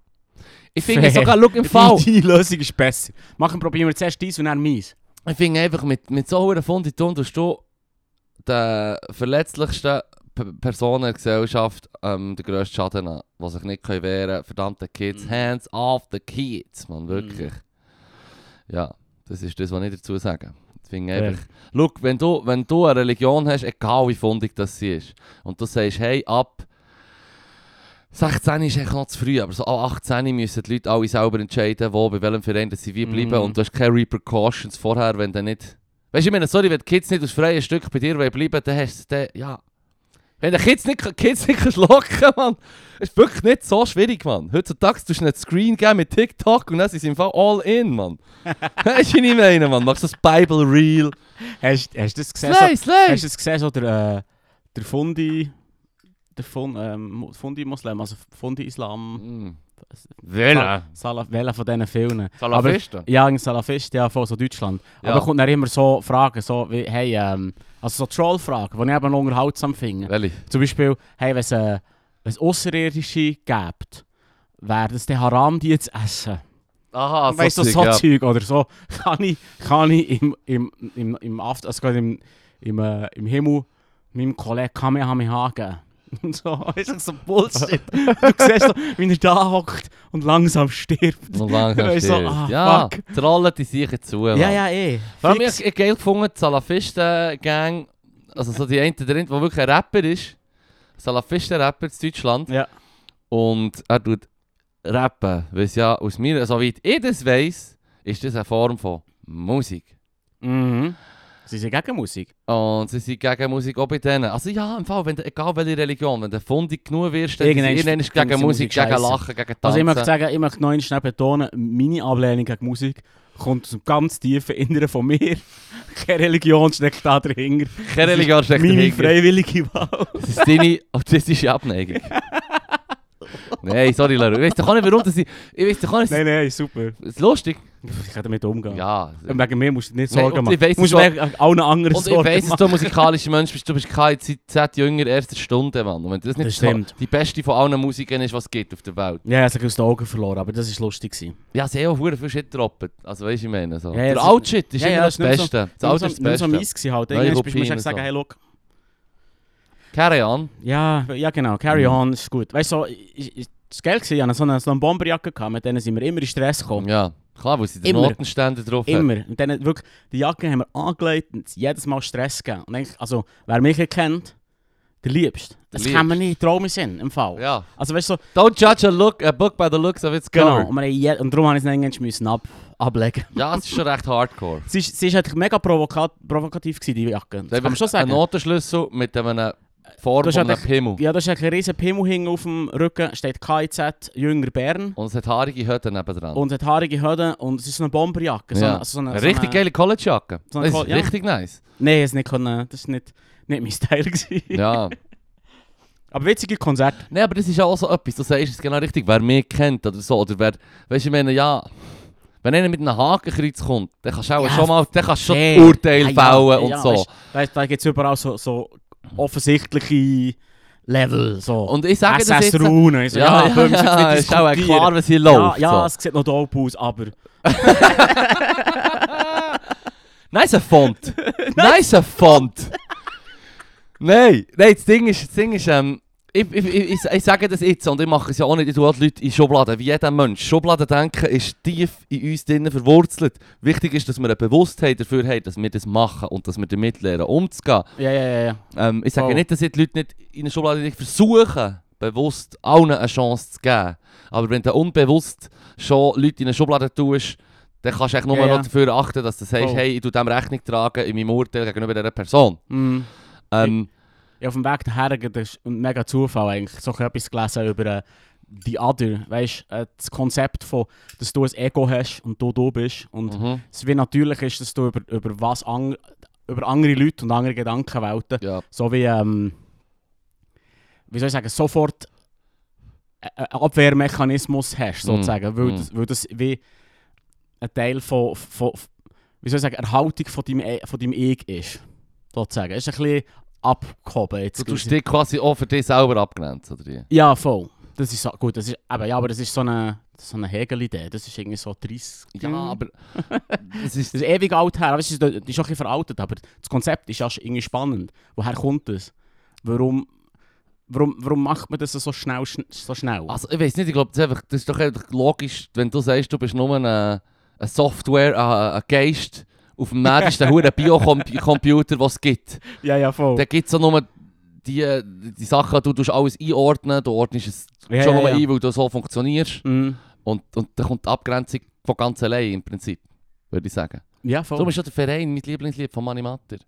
Speaker 1: Ich finde
Speaker 2: Fair.
Speaker 1: sogar, schau im Fall,
Speaker 2: Die Lösung ist besser. Machen probieren wir zuerst dies und dann meins.
Speaker 1: ich finde einfach, mit, mit so einer Funditon tust du den verletzlichsten P Personen der Gesellschaft ähm, den grössten Schaden an, die sich nicht können wehren können. Verdammte Kids,
Speaker 2: Mhm.
Speaker 1: hands off the kids,
Speaker 2: Mm.
Speaker 1: man, wirklich. Ja, dus das ist das, was ich dazu sage. Ich finde
Speaker 2: Fair.
Speaker 1: einfach, schau, wenn du, wenn du eine Religion hast, egal wie fundig das sie ist, und du sagst, hey, ab 16 ist echt noch zu früh, aber so ab 18 müssen die Leute alle selber entscheiden, wo, bei welchem Verein dass sie wie bleiben
Speaker 2: Mhm.
Speaker 1: und du hast keine Repercussions vorher, wenn du nicht... Weißt du, ich meine, sorry, wenn die Kids nicht aus freien Stück bei dir wollen bleiben, dann hast du... Dann, ja. Wenn du Kids nicht, Kids nicht kannst locken Mann, ist wirklich nicht so schwierig, Mann. Heutzutage tust du einen Screen geben mit TikTok und dann sind sie im Fall all in, Mann. Weißt du, wie ich meine, Mann? Machst du das Bible Reel?
Speaker 2: Hast hast du das gesehen? so-
Speaker 1: Slay, slay!
Speaker 2: Hast du das gesehen, so der, äh, der Fundi... Der Fun, ähm, Mu- Fundi-Muslim, also Fundi-Islam...
Speaker 1: Mm.
Speaker 2: Sal- Salaf, welcher von diesen vielen?
Speaker 1: Salafisten?
Speaker 2: Ja, ein Salafist, ja, von so Deutschland.
Speaker 1: Ja.
Speaker 2: Aber kommt dann immer so Fragen, so wie, hey, ähm, also so Trollfragen, die ich eben unterhaltsam finde.
Speaker 1: Welche?
Speaker 2: Zum Beispiel, hey, wenn es äh, wenn es Außerirdische gibt, wäre es der Haram, die jetzt essen.
Speaker 1: Aha, so
Speaker 2: weißt du,
Speaker 1: Zeug,
Speaker 2: so
Speaker 1: Ah, ja.
Speaker 2: Zeug oder so. Kann ich, kann ich im, im, im, im, Aft- also gerade im, im, äh, im Himmel meinem Kollegen Kamehameha geben? Und so, ist das so Bullshit. du siehst so, wie er da hockt und langsam stirbt.
Speaker 1: Und langsam
Speaker 2: Weißt du,
Speaker 1: stirbt.
Speaker 2: ah,
Speaker 1: ja,
Speaker 2: fuck.
Speaker 1: trollen die sicher zu. Mann.
Speaker 2: Ja, ja, eh.
Speaker 1: Vor allem,
Speaker 2: Fix.
Speaker 1: ich, ich geil gefunden, die Salafisten-Gang, also so die eine drin, die wirklich ein Rapper ist. Salafisten-Rapper aus Deutschland.
Speaker 2: Ja.
Speaker 1: Und er tut rappen, weil es ja aus mir, soweit ich das weiss, ist das eine Form von Musik.
Speaker 2: Mhm. Sie sind gegen Musik.
Speaker 1: Und sie sind gegen Musik auch bei denen. Also ja, im Fall, wenn du, egal welche Religion, wenn du fundig genug wirst, dann
Speaker 2: Irgendwann
Speaker 1: ist es
Speaker 2: finden
Speaker 1: gegen
Speaker 2: sie
Speaker 1: Musik,
Speaker 2: Musik
Speaker 1: gegen
Speaker 2: scheisse.
Speaker 1: Lachen, gegen Tanzen.
Speaker 2: Also ich möchte sagen, ich möchte noch schnell betonen, meine Ablehnung gegen Musik kommt aus dem ganz tiefen Inneren von mir. Keine Religion steckt da
Speaker 1: Keine
Speaker 2: dahinter. Das ist
Speaker 1: Religion steckt
Speaker 2: Meine
Speaker 1: dahinter.
Speaker 2: freiwillige Wahl.
Speaker 1: Das ist deine autistische Abneigung. Nein, sorry, Leru. Ich weiß doch gar nicht, warum das ich... Ich weiß doch gar nicht...
Speaker 2: nein, nein, super.
Speaker 1: Es ist lustig.
Speaker 2: Ich kann damit umgehen.
Speaker 1: Ja.
Speaker 2: Und wegen mir musst du dir nicht
Speaker 1: Nein,
Speaker 2: Sorgen
Speaker 1: und
Speaker 2: machen.
Speaker 1: ich weiss,
Speaker 2: musst
Speaker 1: es
Speaker 2: wegen allen anderen
Speaker 1: Und ich
Speaker 2: Sorgen
Speaker 1: weiss, dass
Speaker 2: machen.
Speaker 1: du ein musikalischer Mensch bist. Du bist KZ jünger, erster Stunde, Mann. Und wenn du das nicht
Speaker 2: Das stimmt.
Speaker 1: die beste von allen Musikern ist, was es gibt auf der Welt.
Speaker 2: Ja, ich habe aus den Augen verloren, aber das war lustig. gewesen.
Speaker 1: Ja, sie haben auch verdammt viel Shit gedroppt. Also weißt du, ich meine so.
Speaker 2: Ja, ja,
Speaker 1: der
Speaker 2: das-
Speaker 1: alte Shit ist
Speaker 2: ja,
Speaker 1: immer
Speaker 2: ja,
Speaker 1: noch das
Speaker 2: das ist nicht so-
Speaker 1: Beste. Das
Speaker 2: Nur
Speaker 1: alte
Speaker 2: so-
Speaker 1: ist
Speaker 2: nur
Speaker 1: das
Speaker 2: so
Speaker 1: Beste.
Speaker 2: mies gewesen halt.
Speaker 1: Neue
Speaker 2: Irgendwann bist du
Speaker 1: Rupinen
Speaker 2: musst du sagen,
Speaker 1: so.
Speaker 2: hey, look.
Speaker 1: Carry on.
Speaker 2: Ja, ja genau, carry
Speaker 1: Mhm.
Speaker 2: on, ist gut. Weißt du, so, ich- ich- das war geil, gewesen, ich hatte so eine, so eine Bomberjacke, gehabt, mit denen sind wir immer in Stress gekommen.
Speaker 1: Ja. Klar, weil sie den
Speaker 2: Immer.
Speaker 1: Notenständer drauf hat.
Speaker 2: Immer. Und dann wirklich, die Jacke haben wir angelegt und jedes Mal Stress gegeben. Und eigentlich, also, wer mich kennt, der liebst. Das
Speaker 1: liebst.
Speaker 2: kann man nicht, trau mich Sinn, im Fall.
Speaker 1: Ja.
Speaker 2: Also weißt du, so,
Speaker 1: Don't judge a look, a book by the looks of its
Speaker 2: genau.
Speaker 1: cover.
Speaker 2: Und, wir haben je, und darum habe ich es dann irgendwann müssen ab, ablegen.
Speaker 1: Ja, es ist schon recht hardcore.
Speaker 2: Sie ist, sie ist halt mega provoka provokativ gewesen, die Jacke. Das
Speaker 1: Da
Speaker 2: kann man schon
Speaker 1: Ein
Speaker 2: sagen.
Speaker 1: Notenschlüssel mit einem äh, Form
Speaker 2: Das
Speaker 1: von
Speaker 2: ist ja
Speaker 1: einem Pimmel.
Speaker 2: Ja, da ist ein riesen Pimmel hing auf dem Rücken, steht KIZ, Jünger Bern.
Speaker 1: Und es hat haarige Hütten nebendran.
Speaker 2: Und hat haarige Hüden und es ist so eine Bomberjacke. So
Speaker 1: Ja.
Speaker 2: eine, also so eine,
Speaker 1: Eine
Speaker 2: so
Speaker 1: richtig
Speaker 2: eine-
Speaker 1: geile Collegejacke.
Speaker 2: so
Speaker 1: Das
Speaker 2: eine
Speaker 1: ist
Speaker 2: Col- ja.
Speaker 1: richtig nice.
Speaker 2: Nein, es nicht können, das ist nicht, nicht mein Style gewesen.
Speaker 1: Ja.
Speaker 2: Aber witzige Konzert.
Speaker 1: Nein, aber das ist ja auch so etwas, du sagst es genau richtig, wer mich kennt oder so, oder wer, weißt du, ich meine, ja, wenn einer mit einem Hakenkreuz kommt, dann kannst du auch
Speaker 2: Ja,
Speaker 1: schon mal, dann kannst du schon
Speaker 2: Fair.
Speaker 1: Urteil bauen und so.
Speaker 2: Weißt, da da gibt es überall so, so offensichtliche Level. So.
Speaker 1: und ich sage das jetzt,
Speaker 2: SS Rune. ich So,
Speaker 1: ja, ja, ja,
Speaker 2: können wir jetzt nicht
Speaker 1: ist auch
Speaker 2: diskutieren.
Speaker 1: klar, was hier
Speaker 2: Ja,
Speaker 1: läuft.
Speaker 2: ja
Speaker 1: So.
Speaker 2: es sieht noch dope aus, aber...
Speaker 1: Nice Font. nice Font. nein, nein, das Ding ist, das Ding ist, ähm, ich, ich, ich, ich, ich sage das jetzt und ich mache es ja auch nicht, ich tue auch die Leute in Schubladen, wie jeder Mensch. Schubladendenken ist tief in uns drinnen verwurzelt. Wichtig ist, dass wir eine Bewusstheit dafür haben, dass wir das machen und dass wir damit lernen, umzugehen.
Speaker 2: Ja, ja, ja. ja.
Speaker 1: Ähm, ich sage
Speaker 2: Voll.
Speaker 1: nicht, dass ich die Leute nicht in der Schublade nicht versuchen, bewusst allen eine Chance zu geben. Aber wenn du unbewusst schon Leute in eine Schublade tust, dann kannst du echt nur
Speaker 2: Ja, ja.
Speaker 1: noch dafür achten, dass du sagst,
Speaker 2: Voll.
Speaker 1: hey, ich tue dem Rechnung tragen in meinem Urteil gegenüber dieser Person.
Speaker 2: Mhm.
Speaker 1: Ähm,
Speaker 2: Ja, auf dem Weg daher, das ist ein dus mega Zufall eigentlich, so etwas gelesen über äh, die Other, weißt äh, das Konzept von, dass du ein Ego hast und du du bist und
Speaker 1: mhm.
Speaker 2: es wie natürlich ist, dass du über, über was an, über andere Leute und andere Gedankenwelten,
Speaker 1: Ja.
Speaker 2: so wie, ähm, wie soll ich sagen, sofort eh, ä- ä- einen Abwehrmechanismus hast, sozusagen, weil,
Speaker 1: Mm.
Speaker 2: Das, weil das wie ein Teil von, von wie soll ich sagen, Erhaltung von deinem, E- von deinem Ich ist, sozusagen. Ist ein bisschen abgehoben jetzt.
Speaker 1: Du tust dich quasi auch für dich selber abgrenzen, oder wie?
Speaker 2: Ja, voll. Das ist so, gut, das ist, aber, ah, ja, aber das ist so eine, so eine Hegel-Idee. Das ist irgendwie so 30.
Speaker 1: Ja, aber... das ist...
Speaker 2: Das ist ewig alt her. aber Es ist, das ist auch ein bisschen veraltet, aber das Konzept ist ja schon irgendwie spannend. Woher kommt das? Warum, warum, warum macht man das so schnell? schn- So schnell?
Speaker 1: Also, ich weiß nicht, ich glaube, das, ist einfach- das ist doch einfach logisch, wenn du sagst, du bist nur ein, äh, ein Software, ein, ein Geist auf dem nerdigsten Huren Bio-Computer, was es gibt.
Speaker 2: ja, ja, voll.
Speaker 1: Da gibt es ja nur die, die Sachen, du tust alles einordnen, du ordnest es
Speaker 2: Ja,
Speaker 1: schon
Speaker 2: ja,
Speaker 1: nur
Speaker 2: ja.
Speaker 1: ein, weil du so funktionierst.
Speaker 2: Mhm.
Speaker 1: Und, und dann kommt die Abgrenzung von ganz allein im Prinzip, würde ich sagen.
Speaker 2: Ja,
Speaker 1: Darum
Speaker 2: voll.
Speaker 1: ist ja der Verein mein Lieblingslied von Mani Matter.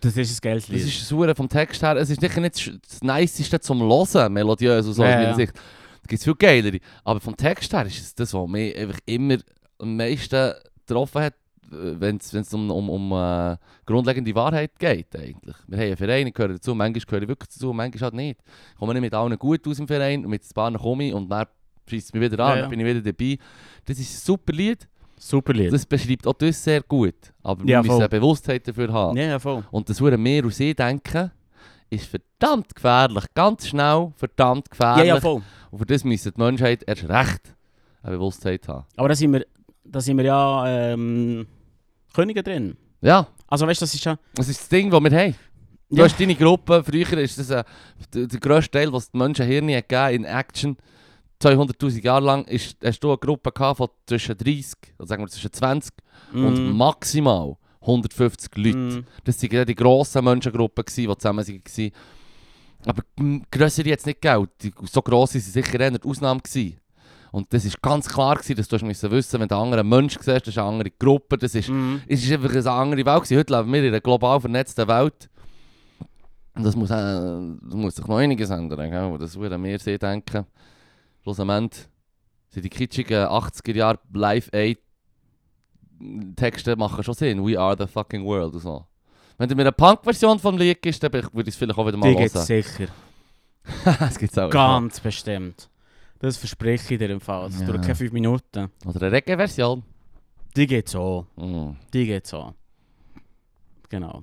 Speaker 2: Das ist ein geiles
Speaker 1: Das
Speaker 2: Lied.
Speaker 1: ist super vom Text her. Es ist sicher nicht sch- das Niceste zum Hören, melodiös und so aus
Speaker 2: Ja,
Speaker 1: meiner
Speaker 2: ja.
Speaker 1: Sicht. Da gibt es viel geilere. Aber vom Text her ist es das, was mich einfach immer am meisten getroffen hat, wenn es um, um, um äh, grundlegende Wahrheit geht eigentlich. Wir haben einen Verein, ich gehöre dazu, manchmal gehöre ich wirklich dazu, manchmal halt nicht. Ich komme nicht mit allen gut aus dem Verein und mit ein paar komme ich und dann schießt es mich wieder an,
Speaker 2: Ja, ja.
Speaker 1: dann bin ich wieder dabei. Das ist ein super Lied,
Speaker 2: Super Lied.
Speaker 1: das beschreibt auch das sehr gut. Aber wir
Speaker 2: Ja,
Speaker 1: müssen
Speaker 2: voll.
Speaker 1: eine Bewusstheit dafür haben.
Speaker 2: ja, ja, voll.
Speaker 1: Und das hure mehr aus ich denken, ist verdammt gefährlich. Ganz schnell verdammt
Speaker 2: Ja,
Speaker 1: gefährlich.
Speaker 2: ja, voll.
Speaker 1: Und für das müssen die Menschheit erst recht eine Bewusstheit haben.
Speaker 2: Aber da sind wir, da sind wir ja ähm, Könige drin.
Speaker 1: Ja,
Speaker 2: Also weißt du, das ist ja.
Speaker 1: das ist das Ding, das wir haben. Du
Speaker 2: Ja.
Speaker 1: hast deine Gruppe, früher ist das äh, der, der grösste Teil, was die Menschen Hirne hat gegeben in Action. 200'000 Jahre lang ist, hast du eine Gruppe gehabt von zwischen 30, oder sagen wir zwischen 20
Speaker 2: Mhm.
Speaker 1: und maximal 150 Leute.
Speaker 2: Mm.
Speaker 1: Das waren die grossen Menschengruppen, gewesen, die zusammen waren. Aber mm, grösser jetzt nicht Geld. So gross waren sie sicher eher die Ausnahme. Gewesen. Und das war ganz klar, gewesen, dass du hast müssen wissen wenn du einen anderen Menschen siehst, das ist eine andere Gruppe, das ist,
Speaker 2: Mhm.
Speaker 1: es ist einfach eine andere Welt. Gewesen. Heute leben wir in einer global vernetzten Welt. Und das muss, äh, das muss sich noch einiges ändern. Gell? Das würde wir sehr denken. Schlussendlich sind die kitschigen 80er Jahre Live Aid Texte machen schon Sinn. We are the fucking world und so. Wenn du mir eine Punk-Version vom Lied ist, dann bin ich- würde ich es vielleicht auch wieder mal
Speaker 2: Die gibt es
Speaker 1: hören.
Speaker 2: sicher.
Speaker 1: das gibt's auch.
Speaker 2: Ganz bestimmt. Das verspreche ich dir im Fall. Das
Speaker 1: Ja.
Speaker 2: dauert keine 5 Minuten.
Speaker 1: Oder eine Reggae-Version.
Speaker 2: Die geht's auch.
Speaker 1: Mm.
Speaker 2: Die geht's auch. Genau.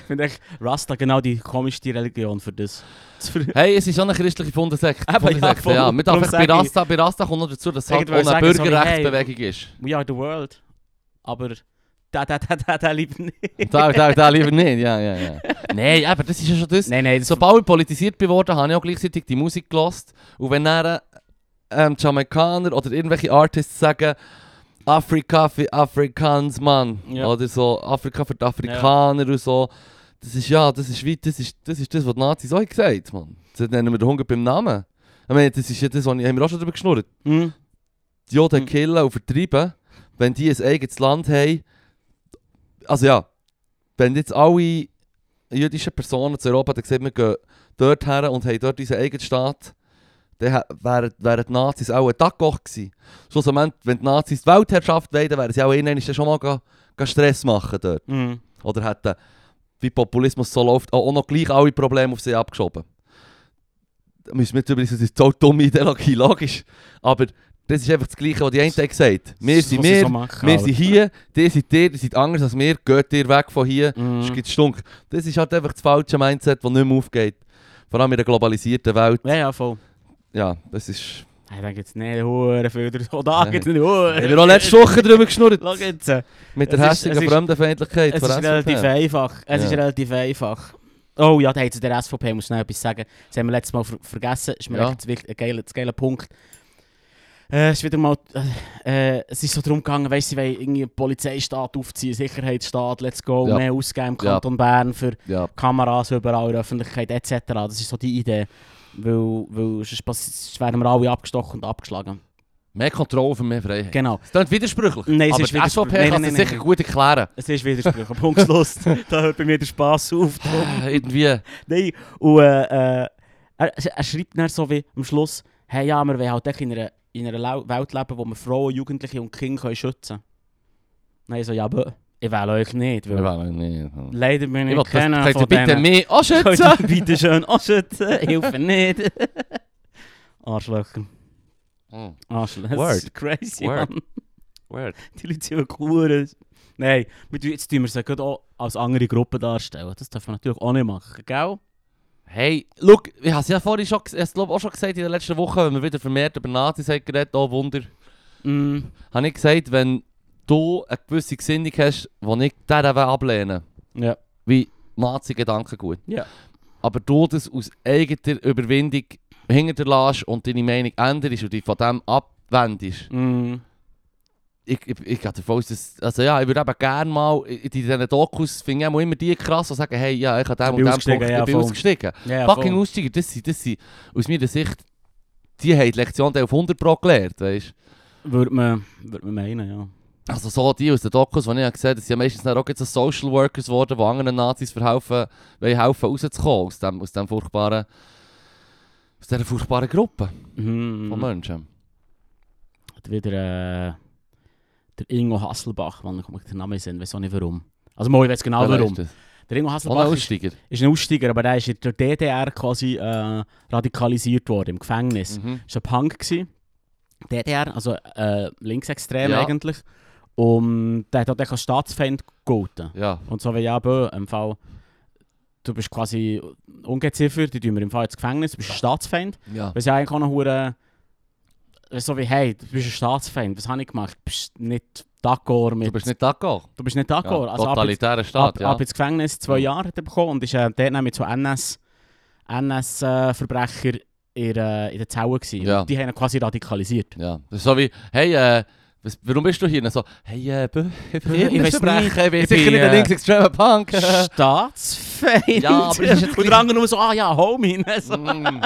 Speaker 2: ich finde echt Rasta genau die komischste Religion für das. Das ver-
Speaker 1: Hey, es ist schon eine christliche Fundesekt.
Speaker 2: Eben, ja,
Speaker 1: Fundesekt,
Speaker 2: voll.
Speaker 1: ja. Mit
Speaker 2: Darum
Speaker 1: einfach bei
Speaker 2: sag ich-
Speaker 1: Rasta, bei Rasta kommt noch dazu, dass es halt
Speaker 2: Irgendwo
Speaker 1: auch eine
Speaker 2: sagen, sorry, hey.
Speaker 1: Bürgerrechtsbewegung ist.
Speaker 2: We are the world. Aber da, da, da, da, da lieber nicht.
Speaker 1: Da, da, da lieber nicht, ja, ja, ja. Nein, aber das ist ja schon das.
Speaker 2: Nein, nein, das
Speaker 1: Sobald ich politisiert bin worden, habe ich auch gleichzeitig die Musik gelost. Und wenn dann ähm, die Jamaikaner oder irgendwelche Artists sagen, Afrika für Afrikaans, Mann.
Speaker 2: Ja.
Speaker 1: Oder so, Afrika für die Afrikaner und so. Das ist ja, das ist weit, das ist das, ist das was die Nazis auch gesagt haben, Mann. Das nennen wir den Hunger beim Namen. Ich meine, das ist ja das, was ich, haben wir auch schon darüber geschnurrt.
Speaker 2: Mhm.
Speaker 1: Die Juden
Speaker 2: Mhm.
Speaker 1: killen und vertreiben, wenn die ein eigenes Land haben. Also ja, wenn jetzt alle jüdischen Personen zu Europa dann sehen, wir gehen dort her und haben dort unseren eigenen Staat, dann hä- wären, wären die Nazis auch ein Dackoch gewesen. Schlussendlich, wenn die Nazis die Weltherrschaft wollen, dann wären sie auch irgendwann schon mal ga, ga Stress machen dort.
Speaker 2: Mhm.
Speaker 1: Oder hätten, wie Populismus so läuft, auch auch noch gleich alle Probleme auf sie abgeschoben. Da müssen wir jetzt übrigens, das ist so dumme Ideologie, logisch. Aber das ist einfach das Gleiche, was die einen haben gesagt Wir
Speaker 2: Das ist,
Speaker 1: sind
Speaker 2: was sie
Speaker 1: wir,
Speaker 2: so machen,
Speaker 1: wir
Speaker 2: Alter.
Speaker 1: sind hier, die sind ihr, die sind anders als wir, geht ihr weg von hier,
Speaker 2: Mhm.
Speaker 1: es gibt Stunk. Das ist halt einfach das falsche Mindset, das nicht mehr aufgeht. Vor allem in der globalisierten Welt.
Speaker 2: Ja, ja, voll.
Speaker 1: Ja, das ist...
Speaker 2: Ich denke jetzt nicht, Huren, viel draus. Oh, da geht's nicht,
Speaker 1: Haben
Speaker 2: Huren.
Speaker 1: wir auch letzte Woche drüber geschnurrt.
Speaker 2: Schau jetzt. äh,
Speaker 1: Mit
Speaker 2: Es
Speaker 1: der
Speaker 2: ist-
Speaker 1: hässigen
Speaker 2: es ist-
Speaker 1: Fremdenfeindlichkeit
Speaker 2: Es
Speaker 1: von
Speaker 2: ist
Speaker 1: SVP.
Speaker 2: relativ einfach. Es
Speaker 1: Ja.
Speaker 2: ist relativ einfach. Oh ja, da hat zu der SVP muss ich noch etwas sagen. Das haben wir letztes Mal ver vergessen. Ist mir
Speaker 1: Ja.
Speaker 2: echt ein wichtig- ein geiler, ein geiler Punkt. Äh, es ist wieder mal, äh, äh, es ist so darum gegangen, weißt du, sie wollen irgendwie einen Polizeistaat aufziehen, Sicherheitsstaat, let's go,
Speaker 1: Ja.
Speaker 2: mehr ausgeben im
Speaker 1: Ja.
Speaker 2: Kanton Bern für
Speaker 1: Ja,
Speaker 2: Kameras überall in der Öffentlichkeit etc. Das ist so Dus die Idee, weil, weil sonst pass- sonst werden wir alle abgestochen und abgeschlagen.
Speaker 1: mehr Kontrolle für mehr Freiheit.
Speaker 2: Genau.
Speaker 1: Es klingt widersprüchlich.
Speaker 2: Nein, es
Speaker 1: aber
Speaker 2: ist
Speaker 1: die SVP
Speaker 2: widersprüchlich.
Speaker 1: kann
Speaker 2: Nein,
Speaker 1: es
Speaker 2: nein,
Speaker 1: sicher
Speaker 2: nein,
Speaker 1: gut erklären.
Speaker 2: Es ist Widersprüche, Punktschluss. da hört bei mir der Spass auf.
Speaker 1: Irgendwie.
Speaker 2: Nein, und äh, äh, er, er schreibt dann so wie am Schluss, hey ja, wir wollen halt echt in einer, in einer Lau- Welt leben, wo wir Frauen, Jugendliche und Kinder können schützen können. Nein, so, ja, aber ich wähle euch nicht, weil
Speaker 1: Ja, nee.
Speaker 2: leider bin
Speaker 1: Ich
Speaker 2: ich,
Speaker 1: will,
Speaker 2: ich keiner
Speaker 1: das,
Speaker 2: von
Speaker 1: könnt ihr bitte
Speaker 2: denen.
Speaker 1: mich auch
Speaker 2: Könnt
Speaker 1: schützen?
Speaker 2: ihr bitte schön auch schützen, hilfe nicht. Arschlöcher,
Speaker 1: Hm,
Speaker 2: Arschlöcher, das
Speaker 1: Word.
Speaker 2: ist crazy,
Speaker 1: Word.
Speaker 2: Mann.
Speaker 1: Weird.
Speaker 2: Die Leute sind wirklich hure- Nein, wir tun- jetzt tun wir sie gerade auch als andere Gruppe darstellen. Das darf man natürlich auch nicht machen, gell?
Speaker 1: Hey, look, ich habe es ja vorhin schon, ges- ich hab's, glaub, auch schon gesagt in der letzten Woche, wenn wir wieder vermehrt über Nazis haben geredet oh Wunder.
Speaker 2: Mm.
Speaker 1: Habe ich gesagt, wenn du eine gewisse Gesinnung hast, die ich dieser ablehne,
Speaker 2: Ja.
Speaker 1: wie Nazi-Gedanken gut.
Speaker 2: Ja.
Speaker 1: Aber du das aus eigener Überwindung hinterlässt und deine Meinung änderst und dich von dem abwendest,
Speaker 2: Mm.
Speaker 1: ich, ich, ich gehe davon aus, dass, also ja, ich würde eben gerne mal, in in diesen Dokus finde ich auch immer die krass, die sagen, hey, ja, ich habe dem
Speaker 2: bin
Speaker 1: und dem
Speaker 2: ausgestiegen,
Speaker 1: Punkt, ich
Speaker 2: ja,
Speaker 1: bin
Speaker 2: voll.
Speaker 1: ausgestiegen.
Speaker 2: Ja,
Speaker 1: Fucking
Speaker 2: voll.
Speaker 1: Aussteiger, das sind, das sind, aus meiner Sicht, die haben die Lektion auf 100 Pro gelernt, weißt
Speaker 2: Würde man, würde man meinen, ja.
Speaker 1: Also so die aus den Dokus, die ich habe gesehen habe, das sind ja meistens dann auch jetzt so Social Workers geworden, die anderen Nazis verhelfen, wollen helfen rauszukommen aus dem, aus dem furchtbaren, aus dieser furchtbaren Gruppe
Speaker 2: Mhm.
Speaker 1: von Menschen.
Speaker 2: Hat Wieder äh, der Ingo Hasselbach, wann kommt mir der Name sind, weiß auch nicht warum. Also mal, ich weiß genau
Speaker 1: Wer
Speaker 2: warum.
Speaker 1: ist das?
Speaker 2: Der Ingo
Speaker 1: Auch ein
Speaker 2: Hasselbach ist,
Speaker 1: Aussteiger.
Speaker 2: ist ein Aussteiger, aber der ist in der DDR quasi äh, radikalisiert worden, im Gefängnis.
Speaker 1: Mhm.
Speaker 2: Ist ein Punk gewesen. DDR, also äh, linksextrem
Speaker 1: Ja.
Speaker 2: eigentlich. Und der hat halt echt als Staatsfeind gegolten.
Speaker 1: Ja,
Speaker 2: Und so wie ja, bö, im Fall, du bist quasi ungeziffert, die tun wir im Fall ins Gefängnis, du bist ein Staatsfeind.
Speaker 1: ja.
Speaker 2: Weil sie eh, eigentlich auch noch hure so wie, hey, du bist ein Staatsfeind, was habe ich gemacht? Du bist nicht d'accord
Speaker 1: Du
Speaker 2: mit.
Speaker 1: bist nicht d'accord.
Speaker 2: Du bist nicht d'accord.
Speaker 1: Ja,
Speaker 2: also ab, ins-
Speaker 1: totalitärer
Speaker 2: ab,
Speaker 1: Staat, ja.
Speaker 2: ab ins Gefängnis zwei
Speaker 1: Mhm.
Speaker 2: Jahre hat er bekommen und ist äh, dort dann mit so eh, NS-Verbrecher in, äh, in der Zelle gewesen.
Speaker 1: Ja.
Speaker 2: Und Die haben ihn quasi radikalisiert.
Speaker 1: Ja, das ist so wie, hey, äh, was, warum bist du hier? Und so, hey, äh, bö- ich bin
Speaker 2: Ich weiss
Speaker 1: Verbrecher,
Speaker 2: nicht,
Speaker 1: ich bin
Speaker 2: ich
Speaker 1: sicher
Speaker 2: bin,
Speaker 1: nicht der
Speaker 2: äh,
Speaker 1: linksextreme Punk.
Speaker 2: Staatsfeind!
Speaker 1: Ja, aber das ist jetzt
Speaker 2: Und der
Speaker 1: gleich-
Speaker 2: andere nur so, ah ja, Homie. ne, So.
Speaker 1: Mm.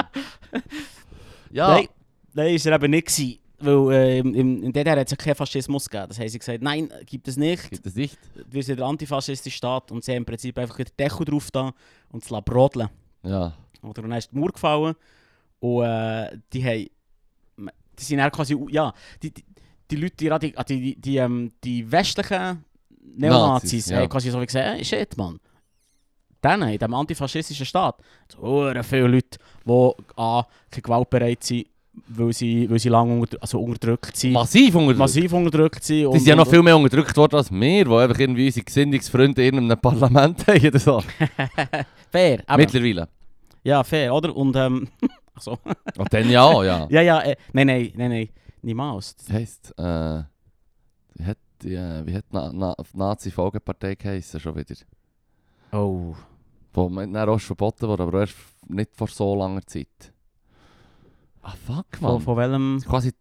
Speaker 1: ja,
Speaker 2: Nein, nein, ist er eben nicht gewesen. Weil äh, im, im, in DDR hat es ja keinen Faschismus gegeben. Das haben sie gesagt, nein, gibt es nicht.
Speaker 1: gibt es nicht.
Speaker 2: Wir sind der antifaschistische Staat und sie haben im Prinzip einfach den Deckel drauf da und es lassen brodeln.
Speaker 1: Ja,
Speaker 2: Oder dann ist die Mauer gefallen und äh, die haben... Die sind dann quasi... Ja, die, die, die Leute, die, Radi- ah, die, die, die, ähm, die westlichen Neonazis
Speaker 1: Nazis, ja.
Speaker 2: haben quasi so wie gesagt, äh, shit, Mann. Denen, in diesem antifaschistischen Staat, so hure viele Leute, die A, keine gewaltbereit sind, weil sie, weil sie lange unter, also unterdrückt sind.
Speaker 1: massiv unterdrückt.
Speaker 2: Massiv unterdrückt sind.
Speaker 1: Die sind ja noch viel mehr unterdrückt worden als wir, die einfach irgendwie unsere Gesinnungsfreunde in einem Parlament haben oder so.
Speaker 2: Fair, eben.
Speaker 1: Mittlerweile.
Speaker 2: Ja, fair, oder? Und ähm... Ach so.
Speaker 1: Und dann ja auch, ja.
Speaker 2: Ja, ja, äh, nein, nein, nein, nein, niemals.
Speaker 1: Das heisst, äh, wie hat die, äh, wie hat Na Na Nazi-Folgepartei geheissen schon wieder?
Speaker 2: Oh.
Speaker 1: Wo man dann auch verboten wurde, aber erst nicht vor so langer Zeit. Ah, fuck,
Speaker 2: Von,
Speaker 1: man.
Speaker 2: von welchem?
Speaker 1: quasi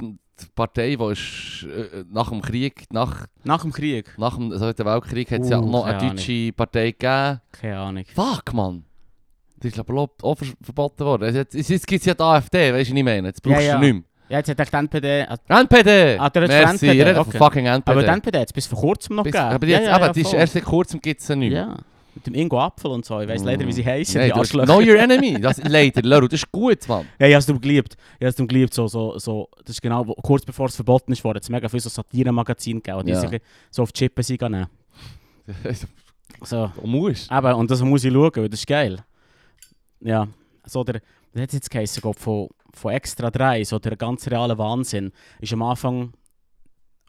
Speaker 1: die, die Partei, die ist, äh, nach dem Krieg, nach,
Speaker 2: Nach dem Krieg?
Speaker 1: nach dem Zweiten Weltkrieg, hat es ja
Speaker 2: Uh,
Speaker 1: noch eine
Speaker 2: keine
Speaker 1: deutsche Partei gegeben.
Speaker 2: Keine Ahnung.
Speaker 1: Fuck, Mann! Die ist aber glaub, auch ver verboten worden. Also Jetzt, jetzt gibt es ja die AfD, weißt du, was ich meine? Jetzt brauchst
Speaker 2: Ja,
Speaker 1: du
Speaker 2: ja.
Speaker 1: nicht
Speaker 2: Ja, jetzt hat echt die NPD... also-
Speaker 1: mehr. NPD!
Speaker 2: Ah, der hat
Speaker 1: Merci,
Speaker 2: von NPD,
Speaker 1: ihr redet
Speaker 2: okay.
Speaker 1: von fucking NPD.
Speaker 2: Aber die NPD hat es bis vor kurzem noch
Speaker 1: Bis,
Speaker 2: gegeben.
Speaker 1: aber die, jetzt,
Speaker 2: ja,
Speaker 1: eben, die ist
Speaker 2: voll.
Speaker 1: erst seit kurzem gibt es ja nicht mehr.
Speaker 2: Ja, mit dem Ingo Apfel und so. Ich weiss
Speaker 1: Mm.
Speaker 2: leider, wie sie heißen,
Speaker 1: Nein,
Speaker 2: die
Speaker 1: du hast-
Speaker 2: Arschlöcher.
Speaker 1: know your enemy. Das, leider, Leru, das ist gut, Mann.
Speaker 2: Ja, ich habe es darum geliebt. Ich habe es darum geliebt. So, so, so. Das ist genau, wo- kurz bevor es verboten ist, wurde es mega viele so Satire-Magazine gegeben, die
Speaker 1: Ja.
Speaker 2: sich so auf die Chippen sind gegangen. So.
Speaker 1: Du musst.
Speaker 2: Eben, und das muss ich schauen, weil das ist geil. Ja, so der, das hat jetzt geheißen, glaub, von, von Extra 3, so der ganz reale Wahnsinn, ist am Anfang,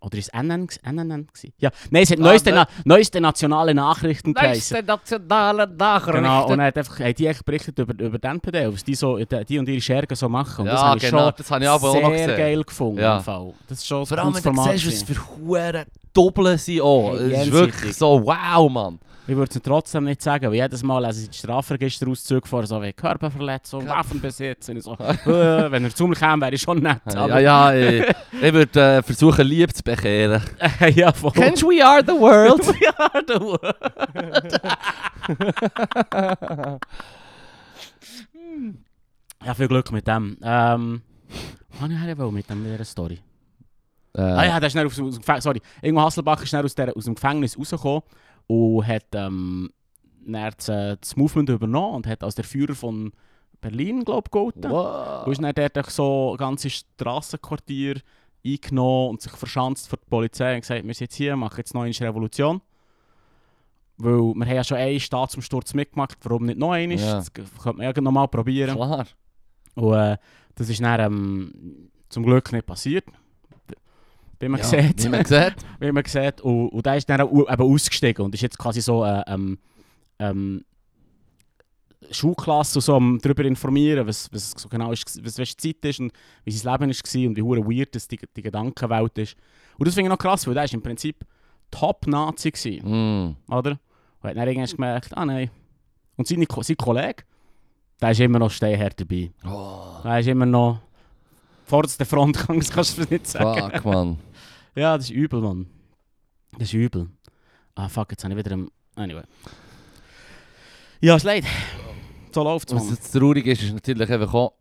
Speaker 2: oder ist es NN, gsi- NNN gewesen? Ja, nein, es hat
Speaker 1: Ah,
Speaker 2: neueste,
Speaker 1: ne-
Speaker 2: Na, neueste nationale Nachrichten geheißen.
Speaker 1: nationale Nachrichten.
Speaker 2: Genau, und er hat einfach, hat die echt berichtet über, über den NPD, was die, so, die und ihre Schergen so machen. Und das
Speaker 1: ja,
Speaker 2: habe ich
Speaker 1: genau,
Speaker 2: schon
Speaker 1: das habe ich aber auch
Speaker 2: sehr
Speaker 1: noch gesehen.
Speaker 2: geil gefunden.
Speaker 1: Ja.
Speaker 2: im Fall. Das ist schon
Speaker 1: Vor allem,
Speaker 2: ein
Speaker 1: wenn
Speaker 2: cooles
Speaker 1: du
Speaker 2: Format
Speaker 1: siehst, was
Speaker 2: gewesen.
Speaker 1: für Huren Doppeln sie auch.
Speaker 2: Hey,
Speaker 1: es ist
Speaker 2: jenseitig.
Speaker 1: oh, wirklich so, wow, Mann.
Speaker 2: Ich würde es trotzdem nicht sagen, weil jedes Mal lese ich die Strafregisterauszüge vor, so wie Körperverletzung,
Speaker 1: Ja.
Speaker 2: Waffenbesitz. Und ich so, äh, wenn er zu mir käme, wäre ich schon nett.
Speaker 1: ja, ja, ich, ich würde äh, versuchen, Liebe zu bekehren.
Speaker 2: ja. ja voll.
Speaker 1: Kennst du We Are the World?
Speaker 2: ja, du. ja, viel Glück mit dem. Ähm, was wollte ich eigentlich wollen mit, dem, mit dieser Story?
Speaker 1: äh,
Speaker 2: Ah ja, der ist schnell aus, aus dem Gefängnis, sorry. Ingo Hasselbach ist schnell aus, der, aus dem Gefängnis rausgekommen und hat ähm, dann das, äh, das Movement übernommen und hat als der Führer von Berlin, glaube ich, gehalten.
Speaker 1: Wow.
Speaker 2: Und ist dann dort auch so ganze Strassenquartier eingenommen und sich verschanzt vor die Polizei und gesagt, wir sind jetzt hier, machen jetzt noch eine Revolution. Weil wir haben ja schon einen Staatsumsturz mitgemacht, warum nicht noch einen?
Speaker 1: Ja.
Speaker 2: Das könnte man ja noch mal probieren.
Speaker 1: Klar.
Speaker 2: Und äh, das ist dann ähm, zum Glück nicht passiert. Wie man
Speaker 1: Ja,
Speaker 2: sieht.
Speaker 1: Wie man sieht.
Speaker 2: wie man sieht. Und, und der ist dann auch u- eben ausgestiegen und ist jetzt quasi so äh, ähm, ähm, Schulklasse und so am darüber informieren, was, was so genau ist, gsi- was, was die Zeit ist und wie sein Leben war und wie hure weird das die, die Gedankenwelt ist. Und das finde ich noch krass, weil der ist im Prinzip Top-Nazi gewesen
Speaker 1: Mm.
Speaker 2: oder? Und hat dann irgendwann gemerkt, ah nein. Und seine, Ko- sein Kollege, der ist immer noch steinhart dabei.
Speaker 1: Oh,
Speaker 2: Der ist immer noch vorderste Front, das kannst du nicht sagen.
Speaker 1: fuck, Mann.
Speaker 2: Ja, das ist übel, Mann. Das ist übel. Ah fuck, jetzt habe ich wieder im... Anyway. Ja, ist leid. So läuft's,
Speaker 1: Was
Speaker 2: Mann.
Speaker 1: jetzt traurig ist, ist natürlich einfach auch,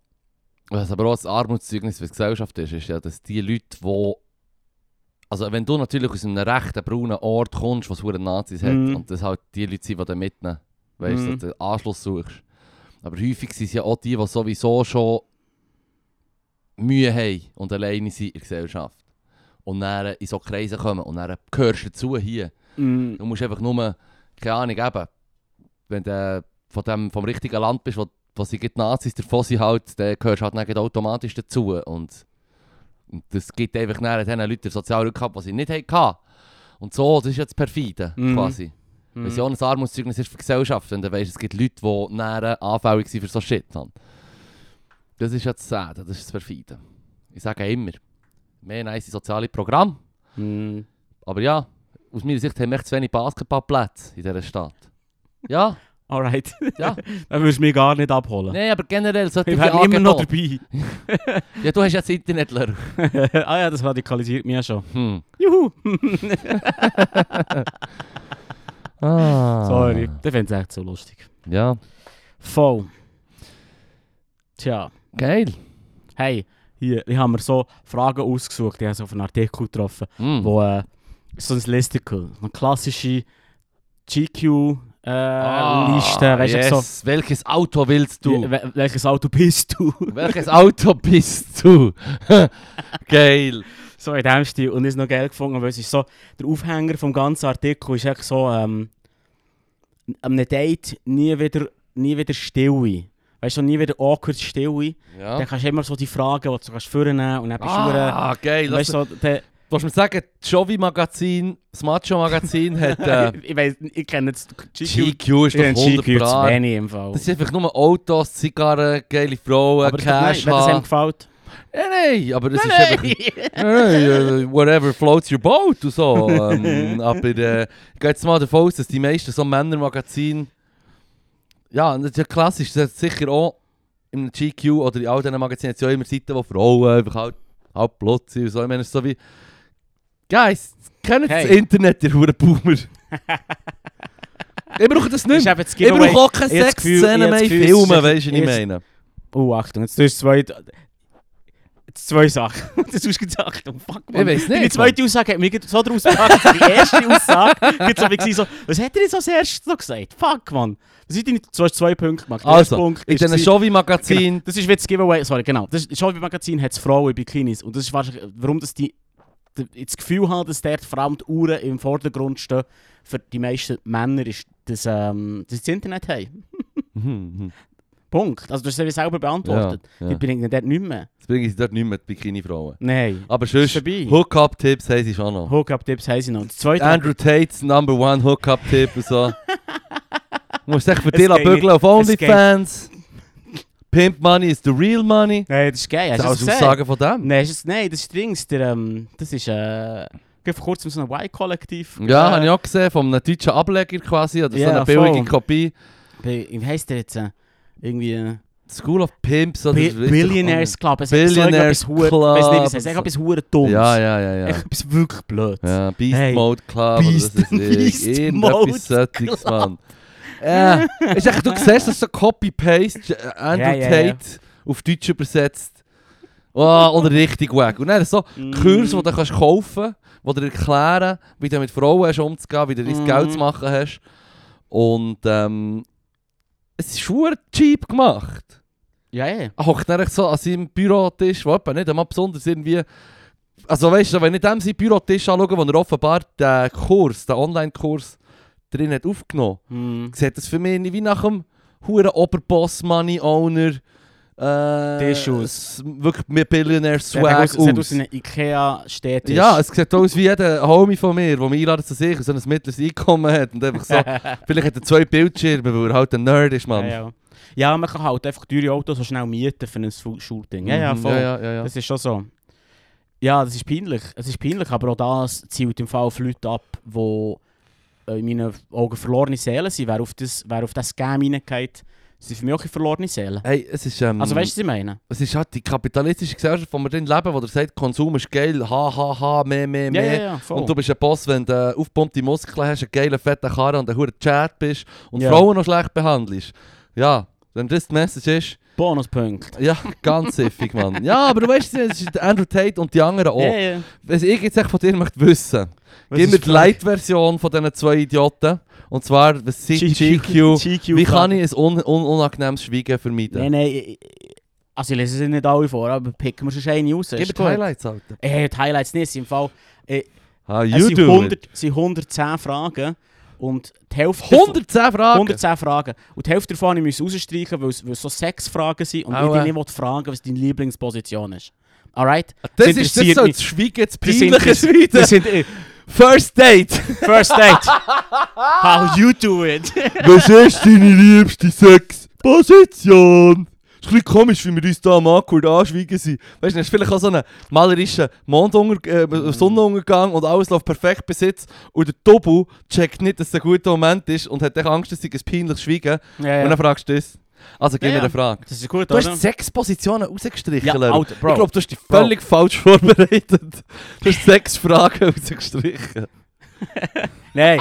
Speaker 1: was aber auch ein Armutszeugnis für die Gesellschaft ist, ist ja, dass die Leute, die. Also, wenn du natürlich aus einem rechten, braunen Ort kommst, was hure Nazis
Speaker 2: Mhm.
Speaker 1: hat, und das halt die Leute sind, die dann mitnehmen, weißt du,
Speaker 2: Mhm.
Speaker 1: dass du den Anschluss suchst. Aber häufig sind es ja auch die, die sowieso schon Mühe haben und alleine sind in der Gesellschaft. Und dann in so Kreise kommen und dann gehörst du dazu hier.
Speaker 2: Mm,
Speaker 1: Du musst einfach nur, keine Ahnung, eben, wenn du äh, von dem, vom richtigen Land bist, wo, wo sie die Nazis davon sind, halt, dann gehörst du halt dann automatisch dazu. Und, und das gibt einfach nachher diesen Leuten den sozialen Rückhalt, den sie nicht hatten. Und so, das ist jetzt perfide,
Speaker 2: Mhm.
Speaker 1: quasi. Weil es ja
Speaker 2: mm.
Speaker 1: auch ein Armutszeugnis ist für die Gesellschaft, wenn du weißt, es gibt Leute, die näher anfällig sind für so Shit. Mann. Das ist jetzt sad, das ist das Perfide. Ich sage immer, mehr nice soziale Programme,
Speaker 2: Mm.
Speaker 1: Aber ja, aus meiner Sicht haben wir echt zu wenig Basketballplätze in dieser Stadt. Ja,
Speaker 2: Alright.
Speaker 1: ja.
Speaker 2: Dann würdest du mich gar nicht abholen.
Speaker 1: Nein, aber generell sollte
Speaker 2: Ich wäre immer noch dabei.
Speaker 1: Ja, du hast ja das Internet, Leru.
Speaker 2: ah ja, das radikalisiert mich ja schon.
Speaker 1: Hm.
Speaker 2: Juhu!
Speaker 1: Ah.
Speaker 2: Sorry. Der fände es echt so lustig.
Speaker 1: Ja,
Speaker 2: Voll. Tja.
Speaker 1: geil.
Speaker 2: Hey, hier, ich habe mir so Fragen ausgesucht. Ich habe so auf einen Artikel getroffen,
Speaker 1: Hm.
Speaker 2: wo äh, so ein Listicle, eine klassische GQ-Liste, äh, Liste, weißt du, so,
Speaker 1: Ah, yes. Welches Auto willst du?
Speaker 2: wie- wel- welches Auto bist du?
Speaker 1: Welches Auto bist du? geil.
Speaker 2: so in dem Stil. Und ist noch geil gefunden, weil es ist so, der Aufhänger vom ganzen Artikel ist echt so, ähm, an einem Date nie wieder, nie wieder stille. Weißt du, nie wieder awkward stille.
Speaker 1: Ja.
Speaker 2: Dann kannst du immer so die Fragen, die du kannst vornehmen und dann bist du... verdammt-
Speaker 1: Ah, geil.
Speaker 2: Weißt
Speaker 1: Weißt
Speaker 2: du, so, der,
Speaker 1: du, mir sagen, das Jovi-Magazin, das Macho-Magazin hat... Äh,
Speaker 2: ich, ich weiss, nicht, ich kenne jetzt GQ.
Speaker 1: GQ ist
Speaker 2: Ich kenne
Speaker 1: doch
Speaker 2: GQ
Speaker 1: 100
Speaker 2: zu
Speaker 1: Bra.
Speaker 2: wenig im Fall.
Speaker 1: Das sind einfach nur Autos, Zigarren, geile Frauen,
Speaker 2: Aber
Speaker 1: Cash
Speaker 2: nein, wenn das einem
Speaker 1: haben.
Speaker 2: gefällt.
Speaker 1: Nein, nein, aber das ist einfach... Nein, nein, äh, whatever floats your boat dus und so. Ähm, aber äh, ich gehe jetzt mal davon aus, dass dus die meisten so Männermagazine... Ja, das ist ja klassisch. Das hat sicher auch im GQ oder in all diesen Magazinen hat es ja immer Seiten, wo Frauen einfach halt, halt blöd sind und so. Ich meine, es ist so wie... Guys, kennt das
Speaker 2: Hey.
Speaker 1: Internet, ihr Hurenboomer? ich brauche das
Speaker 2: Das
Speaker 1: nicht
Speaker 2: ist
Speaker 1: mehr.
Speaker 2: eben das
Speaker 1: Ich brauche
Speaker 2: Giveaway.
Speaker 1: auch keine
Speaker 2: Ich hab das Gefühl- ich hab
Speaker 1: Sexszenen
Speaker 2: das
Speaker 1: mehr in
Speaker 2: Gefühl, es
Speaker 1: Filmen,
Speaker 2: ist-
Speaker 1: weißt du, was ich
Speaker 2: jetzt-
Speaker 1: meine?
Speaker 2: Oh, Achtung, jetzt tust du zwei... Jetzt zwei Sachen. Das hast du gesagt. Oh, fuck, Mann.
Speaker 1: Ich weiss
Speaker 2: Deine
Speaker 1: nicht,
Speaker 2: zweite Aussage hat mich gerade so daraus gepackt. Die erste Aussage war so, wie gewesen, so, was hat er jetzt als erstes noch gesagt? Fuck, Mann. Was sind deine... Du hast zwei Punkte gemacht. Der erste
Speaker 1: Also,
Speaker 2: Punkt
Speaker 1: in
Speaker 2: ist
Speaker 1: diesen
Speaker 2: gewesen-
Speaker 1: Jovi-Magazin...
Speaker 2: Das ist wie das Giveaway, sorry, genau. Das ist- Schaut, wie Magazin hat es Frauen in Bikinis. Und das ist wahrscheinlich, warum das die, die, ich das Gefühl haben, dass dort vor allem die Uhren im Vordergrund stehen. Für die meisten Männer ist das, ähm, dass sie das Internet haben.
Speaker 1: Mhm, mhm.
Speaker 2: Punkt. Also, du hast es ja selber beantwortet.
Speaker 1: Ja,
Speaker 2: Die
Speaker 1: ja.
Speaker 2: bringen dort nicht mehr.
Speaker 1: Jetzt bringen sie dort nicht mehr die Bikini-Frauen.
Speaker 2: Nein.
Speaker 1: Aber
Speaker 2: Das
Speaker 1: sonst,
Speaker 2: ist vorbei.
Speaker 1: Hook-Up-Tipps haben sie schon noch.
Speaker 2: Hookup-Tipps haben sie noch. Das zweite.
Speaker 1: Andrew Tate's Number One Hook-Up-Tipp und so. Du musst echt für
Speaker 2: Es
Speaker 1: dich
Speaker 2: geht
Speaker 1: bügeln auf
Speaker 2: nicht. Es geht-
Speaker 1: OnlyFans. Pimp Money is the real money.
Speaker 2: Nein, das ist geil. Hast
Speaker 1: Das
Speaker 2: du das
Speaker 1: ist
Speaker 2: gesehen?
Speaker 1: Aussagen von dem.
Speaker 2: Nein, hast du es- nein, das ist Dings. Der, ähm, das ist. Äh, ich habe vor kurzem so ein Y-Kollektiv.
Speaker 1: Ja,
Speaker 2: äh,
Speaker 1: habe ich auch gesehen, vom einem deutschen Ableger quasi, oder so
Speaker 2: Ja,
Speaker 1: eine billige
Speaker 2: voll.
Speaker 1: Kopie.
Speaker 2: bei- Wie heisst der jetzt? Äh, irgendwie. Äh,
Speaker 1: School of Pimps oder
Speaker 2: Bi
Speaker 1: das ist richtig-
Speaker 2: Billionaires Club. Es
Speaker 1: Billionaires
Speaker 2: ist Club.
Speaker 1: Club.
Speaker 2: Weiss nicht, was es ist. Ich habe etwas hure Dummes.
Speaker 1: Ja, ja, ja, ja.
Speaker 2: Ich etwas wirklich blöd.
Speaker 1: ja Beast
Speaker 2: Hey,
Speaker 1: Mode Club.
Speaker 2: Beast-
Speaker 1: oder das ist
Speaker 2: Beast
Speaker 1: Beast
Speaker 2: Mode
Speaker 1: Mode Club. Mann. Äh, ist echt, du siehst, das ist so Copy-Paste, äh, Andrew
Speaker 2: Ja, ja, ja.
Speaker 1: Tate auf Deutsch übersetzt. Oh, und richtig weg. Und dann so
Speaker 2: Mm.
Speaker 1: Kurs, die du kannst kaufen kannst, die dir erklären, wie du mit Frauen hast umzugehen, wie du dein
Speaker 2: Mhm.
Speaker 1: Geld zu machen hast. Und ähm, es ist schwer cheap gemacht.
Speaker 2: Ja, ja.
Speaker 1: Er hockt dann echt so an seinem Bürotisch, wo etwa nicht einmal besonders irgendwie... Also weißt du, wenn ich dem seinen Bürotisch anschaue, wo er offenbar den Kurs, den Online-Kurs drin hat aufgenommen
Speaker 2: Hm.
Speaker 1: sieht das für mich nicht wie nach einem huren Oberboss, Money Owner, äh,
Speaker 2: Tisch aus.
Speaker 1: s- wirklich mit Billionaire
Speaker 2: Sieht
Speaker 1: Swag
Speaker 2: aus- Sieht aus
Speaker 1: aus.
Speaker 2: wie ein Ikea-Städtisch.
Speaker 1: Ja, es sieht aus wie jeder Homie von mir, der mich einladen zu sich und so ein mittleres Einkommen hat und einfach so, vielleicht hat er zwei Bildschirme, weil er halt ein Nerd ist,
Speaker 2: ja,
Speaker 1: Mann.
Speaker 2: ja. ja, man kann halt einfach teure Autos so schnell mieten für ein Fu- Shooting. Ja, ja,
Speaker 1: Mhm,
Speaker 2: voll.
Speaker 1: ja, ja, ja.
Speaker 2: Das ist schon so. Ja, das ist peinlich. Es ist peinlich, aber auch das zielt im Fall auf Leute ab, die äh, in meinen Augen verlorene Seelen sind. Wer auf das, wer auf das Scam reingeht, sind für mich auch verlorene Seelen.
Speaker 1: Hey, es ist, ähm,
Speaker 2: Also weißt du, was ich meine?
Speaker 1: es ist halt die kapitalistische Gesellschaft, in der wir drin leben, wo der sagt, Konsum ist geil, ha, ha, ha, mehr, mehr,
Speaker 2: Ja,
Speaker 1: mehr.
Speaker 2: ja, ja, voll.
Speaker 1: Und du bist ein Boss, wenn du äh, aufgepumpte Muskeln hast, einen geilen, fetten Karren und einen hohen Chat bist und
Speaker 2: Ja.
Speaker 1: Frauen noch schlecht behandelst. Ja, wenn das die Message ist,
Speaker 2: Bonuspunkt.
Speaker 1: ja, ganz siffig, Mann. Ja, aber du weißt, es ist der Andrew Tate und die anderen auch.
Speaker 2: Ja, ja.
Speaker 1: Was ich jetzt echt von dir möchte wissen, gib
Speaker 2: Was ist
Speaker 1: mir die
Speaker 2: die Frage?
Speaker 1: Light-Version von diesen zwei Idioten. Und zwar, was sind GQ?
Speaker 2: GQ
Speaker 1: Wie kann ich ein un un unangenehmes Schweigen vermeiden?
Speaker 2: Nein, nein. ich- ich- Also ich lese sie nicht alle vor, aber picken wir schon eine raus.
Speaker 1: Gib
Speaker 2: ist
Speaker 1: mir die
Speaker 2: gut.
Speaker 1: Highlights, Alter.
Speaker 2: Äh, die Highlights nicht. Es sind im Fall,
Speaker 1: How
Speaker 2: es
Speaker 1: you
Speaker 2: sind,
Speaker 1: do it.
Speaker 2: 100, es sind 110 Fragen und die Hälfte... davon-
Speaker 1: 110 Fragen!
Speaker 2: 110 Fragen. Und die Hälfte davon musste ich rausstreichen, weil es weil es so sechs Fragen sind und ich
Speaker 1: Aua.
Speaker 2: dich nicht wollte fragen was deine Lieblingsposition ist. Alright?
Speaker 1: das
Speaker 2: Das
Speaker 1: ist das
Speaker 2: interessiert
Speaker 1: soll
Speaker 2: mich.
Speaker 1: das Schweigen, das
Speaker 2: Das
Speaker 1: peinliche
Speaker 2: interessiert- Das
Speaker 1: Schweigen.
Speaker 2: sind äh,
Speaker 1: First Date!
Speaker 2: First Date. How you do it.
Speaker 1: Was ist deine liebste Sexposition? ist ein bisschen komisch, wie wir uns da am awkward anschweigen sind. Weißt du, es ist vielleicht auch so ein malerischer Mondunger
Speaker 2: Mhm.
Speaker 1: äh, Sonnenuntergang und alles läuft perfekt besitzt und der Tobu checkt nicht, dass es ein guter Moment ist und hat dann Angst, dass sie ein peinliches Schweigen.
Speaker 2: Ja,
Speaker 1: Und dann fragst du das. Also, gib
Speaker 2: Ja,
Speaker 1: mir
Speaker 2: ja.
Speaker 1: eine Frage.
Speaker 2: Das ist gut,
Speaker 1: Du
Speaker 2: oder?
Speaker 1: hast sechs Positionen rausgestrichen,
Speaker 2: Ja,
Speaker 1: Leroy.
Speaker 2: Alter, Bro.
Speaker 1: Ich glaube, du hast dich völlig falsch vorbereitet. Du hast sechs Fragen rausgestrichen.
Speaker 2: Nein.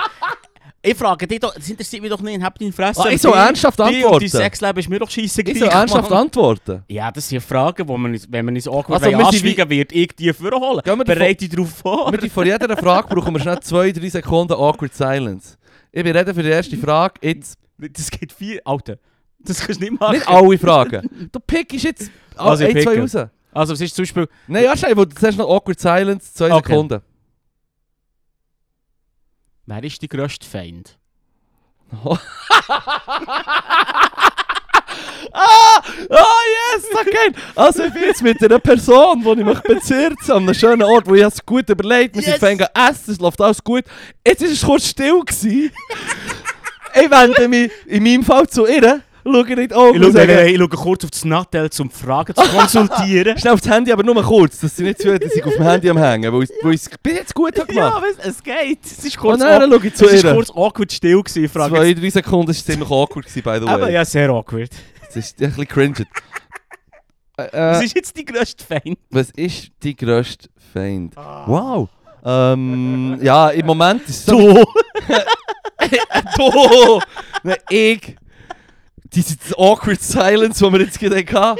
Speaker 2: Ich frage dich doch, das interessiert mich doch nicht, hab deine Fresse.
Speaker 1: Ah, ich soll ernsthaft
Speaker 2: Die und dein
Speaker 1: antworten.
Speaker 2: Sexleben ist mir doch scheisse
Speaker 1: Ich soll ernsthaft antworten.
Speaker 2: Ja, das sind Fragen, wo man, uns- wenn man uns awkward
Speaker 1: Also,
Speaker 2: also,
Speaker 1: wir sind
Speaker 2: anschweigen wird, ich die vorholen.
Speaker 1: Gehen wir davon-
Speaker 2: Bereite dich darauf vor.
Speaker 1: Wir die- Vor jeder Frage brauchen wir schnell zwei, drei Sekunden Awkward Silence. Ich bin reden für die erste Frage. Jetzt
Speaker 2: Das geht viel. Alter, das kannst du nicht machen.
Speaker 1: nicht alle Fragen. Du pickst jetzt also
Speaker 2: Also, ich
Speaker 1: ein, zwei
Speaker 2: picke.
Speaker 1: raus.
Speaker 2: also, es ist zum Beispiel.
Speaker 1: Nein, ja, schnell, weil du hast noch Awkward Silence, zwei
Speaker 2: Okay.
Speaker 1: Sekunden.
Speaker 2: Wer ist dein grösste Feind?
Speaker 1: Oh. ah! Ah, yes! Okay! Also, ich bin jetzt mit einer Person, die ich mich bezirzt, an einem schönen Ort, wo ich es gut überlegt, wir sind
Speaker 2: Yes.
Speaker 1: fangen an essen, es läuft alles gut. Jetzt war es kurz still. Gewesen. ich wende mich in meinem Fall zu ihr, schaue ihr in die Augen
Speaker 2: Ich
Speaker 1: und
Speaker 2: schaue,
Speaker 1: sage,
Speaker 2: ich schaue kurz auf das Nattel, um Fragen zu konsultieren.
Speaker 1: schnell auf das Handy, aber nur kurz, dass sie nicht zu dass ich auf dem Handy am Hängen, weil ich weil ich's bis jetzt gut habe
Speaker 2: ja,
Speaker 1: gemacht.
Speaker 2: weißt, es geht. Es ist
Speaker 1: und
Speaker 2: kurz,
Speaker 1: Oh dann
Speaker 2: awk-
Speaker 1: schaue ich zu
Speaker 2: es ist
Speaker 1: ihr.
Speaker 2: kurz awkward still gewesen. ich Frage
Speaker 1: Zwei, drei Sekunden war ziemlich awkward, gewesen, by the
Speaker 2: jetzt. Aber
Speaker 1: way.
Speaker 2: Ah, ja, sehr awkward.
Speaker 1: Das ist ein bisschen cringed.
Speaker 2: Was
Speaker 1: Äh, äh,
Speaker 2: ist jetzt dein grösste Feind?
Speaker 1: was ist dein grösste Feind? Wow! Ähm, ja, im Moment ist es so. Du! Nein, ich! Dieses awkward silence, das wir jetzt gerade hatten.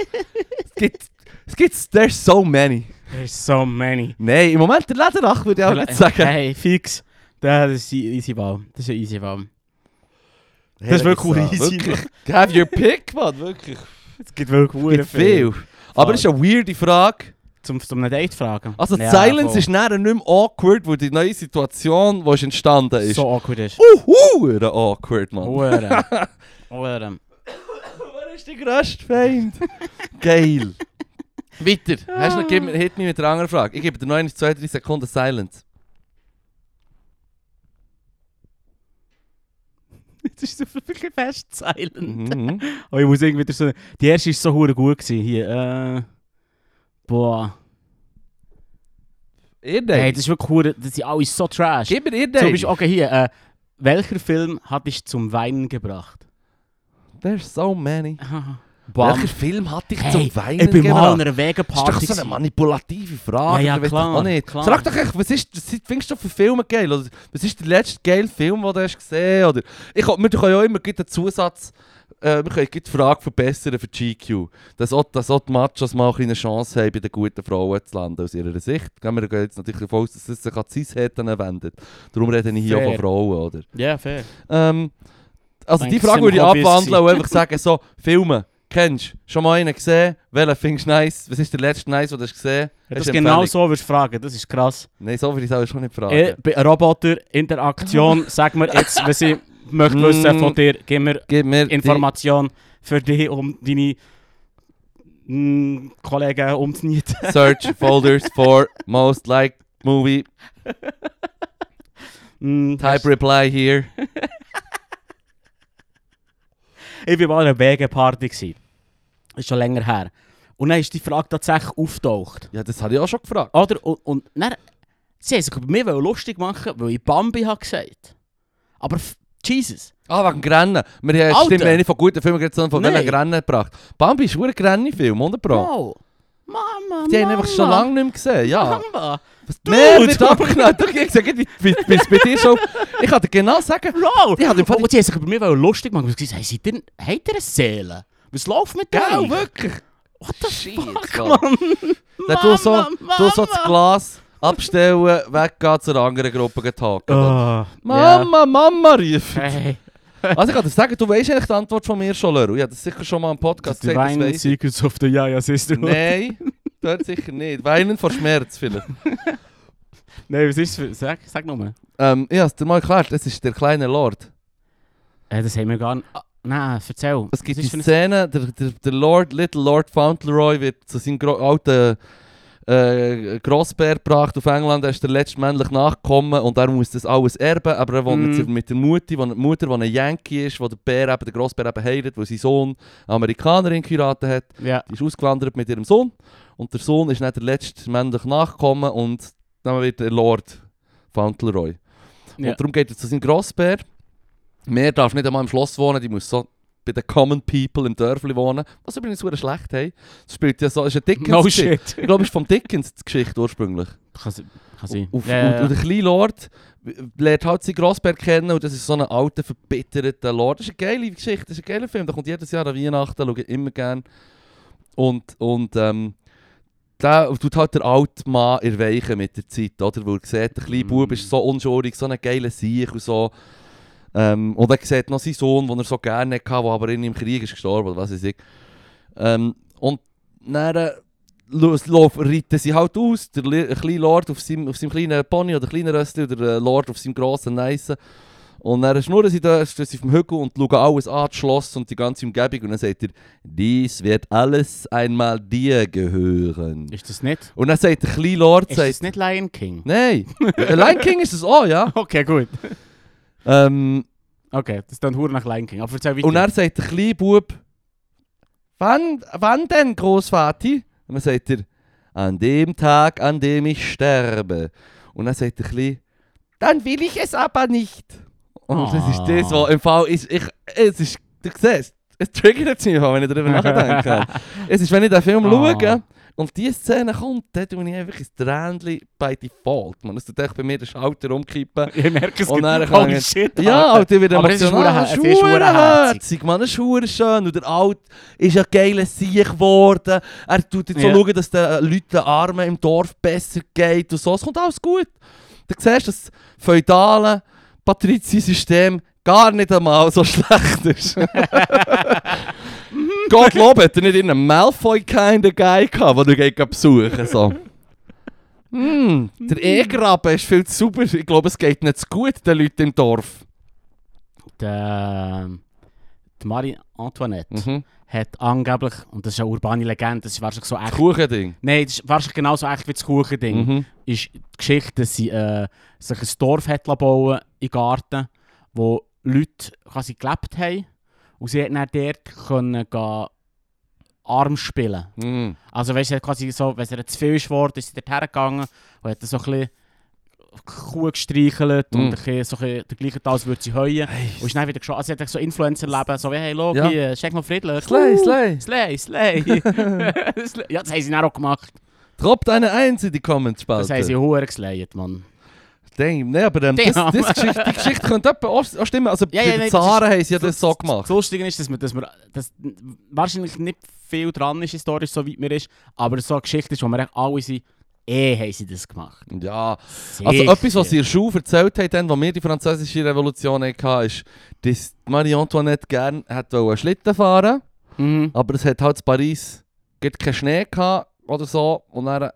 Speaker 1: Es gibt. Es gibt. There's so many.
Speaker 2: There's so many.
Speaker 1: Nein, im Moment der Lederach würde ich auch nicht sagen.
Speaker 2: Hey, fix. Das ist ein easy Ball. Das ist ein easy Ball. das ist wirklich
Speaker 1: Hey,
Speaker 2: easy,
Speaker 1: Wirklich. Have your pick, Mann, wirklich.
Speaker 2: Es gibt wirklich
Speaker 1: Es gibt
Speaker 2: verdammt viel.
Speaker 1: viel. Aber es ist eine weirde Frage.
Speaker 2: Zum, zum einen Date fragen.
Speaker 1: Also, die
Speaker 2: Ja,
Speaker 1: Silence
Speaker 2: voll.
Speaker 1: ist nachher nicht mehr awkward, weil die neue Situation, die ist entstanden ist. So.
Speaker 2: so awkward ist.
Speaker 1: Uh, awkward,
Speaker 2: Oh.
Speaker 1: Mann.
Speaker 2: Hure. Hure.
Speaker 1: Wer ist der grösste Feind? Geil. Weiter. Hast du noch, gib, mir- hit mich mit einer anderen Frage. Ich gebe dir noch eine, zwei, drei Sekunden Silence.
Speaker 2: Jetzt ist es wirklich fast silent.
Speaker 1: Mhm.
Speaker 2: Oh, ich muss irgendwie wieder so... Die erste war so hure gut gewesen hier. Äh, boah.
Speaker 1: Ihr
Speaker 2: Hey.
Speaker 1: denkt.
Speaker 2: das ist wirklich hure... Das sind alle so trash.
Speaker 1: Gib mir ihr
Speaker 2: Zum Beispiel,
Speaker 1: denkt.
Speaker 2: okay, hier. Äh, welcher Film hat dich zum Weinen gebracht?
Speaker 1: There's so many. Welcher
Speaker 2: Bam.
Speaker 1: Film hat dich
Speaker 2: Hey,
Speaker 1: zum Weinen
Speaker 2: ich bin mal
Speaker 1: gebracht?
Speaker 2: an
Speaker 1: Das
Speaker 2: einer
Speaker 1: ist doch so
Speaker 2: Wegenparty.
Speaker 1: eine
Speaker 2: gewesen.
Speaker 1: manipulative Frage.
Speaker 2: Ja, ja,
Speaker 1: ich weiss
Speaker 2: klar,
Speaker 1: doch auch nicht.
Speaker 2: klar.
Speaker 1: Sag doch echt, was ist, was findest du für Filme geil? Oder was ist der letzte geile Film, den du hast gesehen hast? Ich, wir können ja auch immer gleich einen Zusatz, äh, wir können gleich die Frage verbessern für die GQ. Dass auch, dass auch die Machos mal ein bisschen eine Chance haben, bei den guten Frauen zu landen, aus ihrer Sicht. Gehen wir gehen jetzt natürlich davon aus, dass es sich an die Zeishätten wendet. Darum rede ich hier auch von
Speaker 2: Fair.
Speaker 1: Frauen, oder?
Speaker 2: Ja, fair.
Speaker 1: Ähm, also
Speaker 2: Denke,
Speaker 1: die Frage
Speaker 2: sind
Speaker 1: würde ich
Speaker 2: Hobbys
Speaker 1: abwandeln
Speaker 2: gewesen.
Speaker 1: und einfach sagen, so, Filme, kennst du? Schon mal einen gesehen? Welchen findest du nice? Was ist der letzte nice, den du hast gesehen
Speaker 2: Ja,
Speaker 1: Hast?
Speaker 2: das
Speaker 1: du
Speaker 2: genau
Speaker 1: Empfehlung?
Speaker 2: so würdest du fragen. Das ist krass.
Speaker 1: Nein, so würde ich es auch schon nicht fragen.
Speaker 2: Äh, bei Roboter, Interaktion, sag mir jetzt, was ich möchte
Speaker 1: Mm.
Speaker 2: wissen von dir. Gib mir
Speaker 1: Gib mir die-
Speaker 2: eh, Information für dich, um deine mm, Kollegen umzunieten.
Speaker 1: Search Folders for most liked movie.
Speaker 2: Mm,
Speaker 1: Type reply here.
Speaker 2: Ich war mal an einer Wegenparty. gewesen. Ist schon länger her. Und dann ist die Frage tatsächlich auftaucht.
Speaker 1: Ja, das habe ich auch schon gefragt.
Speaker 2: Oder? Und, und dann, sie haben sich über mich lustig machen, weil ich Bambi habe gesagt. Aber f- Jesus.
Speaker 1: Ah, wegen Grennen. Wir haben
Speaker 2: Alter.
Speaker 1: stimmt, wir haben nicht von guten Filmen geredet, sondern von
Speaker 2: Nein.
Speaker 1: welchen Grennen gebracht. Bambi ist ein Grennen-Film, 100 Pro.
Speaker 2: Wow. Mama,
Speaker 1: Die haben
Speaker 2: Mama.
Speaker 1: einfach schon lange nicht mehr gesehen, ja.
Speaker 2: Mama.
Speaker 1: Was mehr
Speaker 2: Dude.
Speaker 1: wird abgeknallt. Du, Ich sage, wie wie- wie es bei dir schon... Ich kann dir genau sagen,
Speaker 2: Bro!
Speaker 1: Ich hab den Fall-
Speaker 2: Und sie haben sich über mich wollen lustig gemacht. Ich habe gesagt, hey, seid ihr, habt ihr eine Seele? Was läuft mit
Speaker 1: Gell,
Speaker 2: euch?
Speaker 1: wirklich?
Speaker 2: What the shit,
Speaker 1: Fuck,
Speaker 2: Mann.
Speaker 1: Dann du so,
Speaker 2: Mama,
Speaker 1: du so das
Speaker 2: Mama.
Speaker 1: Glas abstellen, weggehen zur anderen Gruppe getagen.
Speaker 2: Ah,
Speaker 1: Mama, Mama rief.
Speaker 2: ja. Hey,
Speaker 1: Also ich kann dir sagen, du weißt eigentlich die Antwort von mir schon, Leru. Ich habe das sicher schon mal im
Speaker 2: das
Speaker 1: Podcast gesagt, das
Speaker 2: Divine
Speaker 1: weiss ich.
Speaker 2: Secrets of the Yaya Sister.
Speaker 1: Nein, dort sicher nicht. Weinen vor Schmerz vielleicht.
Speaker 2: Nein, was ist für... Sag, sag nochmal.
Speaker 1: ähm, ich habe es dir mal erklärt, es ist der kleine Lord.
Speaker 2: Äh, das haben wir gar nicht... Ah, nein, erzähl.
Speaker 1: Es gibt
Speaker 2: Was
Speaker 1: die
Speaker 2: ist für eine-
Speaker 1: Szene, der, der, der Lord, Little Lord Fauntleroy wird zu seinem gro- alten äh, Grossbär gebracht auf England, er ist der letzte männlich nachgekommen und er muss das alles erben, aber er wohnt
Speaker 2: Mhm.
Speaker 1: jetzt mit der Mutti, wo- Mutter, die ein Yankee ist, wo der Bär eben, der Grossbär eben heiratet, weil sein Sohn eine Amerikanerin geheiratet hat.
Speaker 2: Ja.
Speaker 1: Die ist ausgewandert mit ihrem Sohn und der Sohn ist nicht der letzte männlich nachgekommen und dann wird er Lord Fauntleroy.
Speaker 2: Ja.
Speaker 1: Und darum geht er zu seinem Grossbär. Mehr darf nicht einmal im Schloss wohnen, die muss so bei den Common People im Dörfli wohnen, was übrigens sehr schlecht hey. Das spielt ja so, ist eine Dickens
Speaker 2: No shit.
Speaker 1: Ich glaube, es ist vom Dickens die Geschichte ursprünglich.
Speaker 2: Kann se- kann sein.
Speaker 1: Auf,
Speaker 2: Ja, ja,
Speaker 1: und,
Speaker 2: ja.
Speaker 1: und der kleine Lord lernt halt seinen Grossbär kennen und das ist so ein alter, verbitterter Lord. Das ist eine geile Geschichte, das ist ein geiler Film. Da kommt jedes Jahr an Weihnachten, schaue ich immer gern. Und, und ähm, da tut halt der alte Mann erweichen mit der Zeit, oder? Weil er sieht, der kleine
Speaker 2: Mm.
Speaker 1: Bub ist so unschuldig, so ein geiler Sieg und so. Ähm, und er sieht noch seinen Sohn, den er so gerne hatte, der aber in im Krieg ist gestorben, oder was weiß ich. Ähm, und dann äh, los- lauf- reiten sie halt aus, der li- kleine Lord auf seinem, auf seinem kleinen Pony oder kleinen Rössli oder äh, Lord auf seinem grossen Neissen. Und dann schnurren sie da, stehen sie auf dem Hügel und schauen alles an, das Schloss und die ganze Umgebung. Und dann sagt er, dies wird alles einmal dir gehören.
Speaker 2: Ist das nicht?
Speaker 1: Und dann sagt der kleine Lord,
Speaker 2: Ist
Speaker 1: sagt,
Speaker 2: das nicht Lion King?
Speaker 1: nein, Äh, Lion King ist es auch, ja.
Speaker 2: Okay, gut.
Speaker 1: Ähm,
Speaker 2: Okay, das ist dann hure nach Lion King. Aber erzähl weiter.
Speaker 1: und dann sagt der kleine Bub, wann, wann denn, Großvati? Und dann sagt er, an dem Tag, an dem ich sterbe. Und dann sagt der kleine, dann will ich es aber nicht. Und das
Speaker 2: Ah.
Speaker 1: ist das, was im Fall ist, ich, es ist, du siehst, es triggert mich, wenn ich darüber nachdenke. es ist, wenn ich den Film
Speaker 2: Ah.
Speaker 1: schaue und diese Szene kommt, dann tue ich einfach ein Tränchen bei Default. Man, das tut echt bei mir den Schalter umkippen.
Speaker 2: ich merke es
Speaker 1: Und
Speaker 2: gibt-
Speaker 1: dann kann
Speaker 2: Holy
Speaker 1: ich-
Speaker 2: Oh, shit.
Speaker 1: Ja,
Speaker 2: Alter.
Speaker 1: Alter, ich werde
Speaker 2: Aber es ist
Speaker 1: emotional.
Speaker 2: hure-
Speaker 1: Das
Speaker 2: es ist hure
Speaker 1: hure
Speaker 2: herzig.
Speaker 1: Mann, das ist hure schön. Und der Alt ist ein geiler Sieg geworden. Er tut jetzt
Speaker 2: Ja.
Speaker 1: so schauen, dass den äh, Leuten, den Armen im Dorf besser geht und so. Es kommt alles gut. Du siehst, dass das feudale Patriziensystem gar nicht einmal so schlecht ist. Gottlob hat er nicht irgendeinen Malfoy-kind Guy gehabt, den du gegen besuchen so. Hm, der
Speaker 2: Mhm.
Speaker 1: E-Graben ist viel zu super. Ich glaube, es geht nicht zu gut den Leuten im Dorf.
Speaker 2: Der, ähm, die Marie Antoinette
Speaker 1: Mhm.
Speaker 2: hat angeblich, und das ist eine urbane Legende, das ist wahrscheinlich so
Speaker 1: Das
Speaker 2: echt.
Speaker 1: Kuchending.
Speaker 2: Nein, das ist wahrscheinlich genauso echt wie das Kuchending.
Speaker 1: Mhm.
Speaker 2: Ist die Geschichte, dass sie äh, sich ein Dorf hat lassen bauen im Garten, wo Leute quasi gelebt haben. Und sie hat dann dort können gehen, Arm spielen.
Speaker 1: Mhm.
Speaker 2: Also weißt du, sie hat quasi so, wenn er zu viel ist geworden, ist sie dort hergegangen und hat dann so ein bisschen Kuh gestreichelt und
Speaker 1: Mhm.
Speaker 2: ein bisschen, so ein bisschen den gleichen Tag, als würde sie heuen. Und ist dann wieder geschaut. Also, sie hat echt so Influencer-Leben, so wie, hey, eh, schau,
Speaker 1: Ja.
Speaker 2: hier, schenk mal friedlich.
Speaker 1: Slay, slay.
Speaker 2: Slay, slay. Slay. ja, das haben sie dann auch gemacht.
Speaker 1: Droppt eine Eins in die Comments-Spalte.
Speaker 2: Das haben sie hure geslayt, Mann.
Speaker 1: Damn, nee, aber ähm, das,
Speaker 2: Damn.
Speaker 1: das Geschichte, die Geschichte könnte etwa auch, auch stimmen. Also
Speaker 2: Ja, ja,
Speaker 1: bei den
Speaker 2: nein, das
Speaker 1: Zaren haben sie ja das so
Speaker 2: Das
Speaker 1: gemacht.
Speaker 2: Lustige ist, dass, wir, dass, wir, dass wahrscheinlich nicht viel dran ist, historisch, so weit man ist, aber so eine Geschichte ist, wo wir echt alle sind, eh haben sie das gemacht.
Speaker 1: Ja, also etwas, was sie in der Schule erzählt haben, dann, wo wir die französische Revolution hatten, ist, dass Marie Antoinette gerne hätte wollen Schlitten fahren
Speaker 2: Mhm.
Speaker 1: aber es hat halt in Paris gerade keinen Schnee gehabt oder so und dann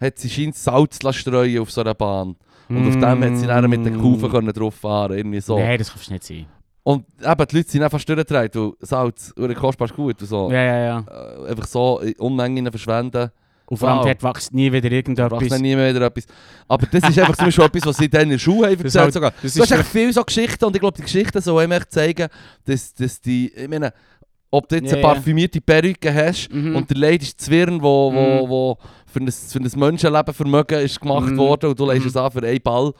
Speaker 1: hat sie scheint Salz lassen streuen auf so einer Bahn. Und auf dem hat sie dann mit
Speaker 2: Mm.
Speaker 1: den Kufen können drauf fahren irgendwie so.
Speaker 2: Nein, das kannst du nicht sein.
Speaker 1: Und eben, die Leute sind einfach durchgedreht, weil Salz, und kostbar ist gut und so.
Speaker 2: Ja, ja, ja.
Speaker 1: Äh, einfach so in Unmengen verschwenden,
Speaker 2: Und vor allem
Speaker 1: Wow.
Speaker 2: dort wächst nie wieder
Speaker 1: braucht dann
Speaker 2: irgendetwas.
Speaker 1: nie mehr wieder etwas. Aber das ist einfach zum Beispiel etwas, was sie dann in der Schule haben
Speaker 2: Das ist
Speaker 1: erzählt
Speaker 2: halt-
Speaker 1: sogar.
Speaker 2: Das
Speaker 1: Du hast
Speaker 2: ist
Speaker 1: echt viele so Geschichten und ich glaube, die Geschichten sollen einem echt zeigen, dass, dass die, ich meine, ob du jetzt
Speaker 2: Ja,
Speaker 1: eine
Speaker 2: ja.
Speaker 1: parfümierte Perücke hast
Speaker 2: Mhm.
Speaker 1: und der Leid ist Zwirn, wo, wo,
Speaker 2: Mhm.
Speaker 1: wo für, ein, für ein Menschenleben Vermögen ist gemacht
Speaker 2: Mhm.
Speaker 1: worden und du leist
Speaker 2: Mhm.
Speaker 1: es an für einen Ball.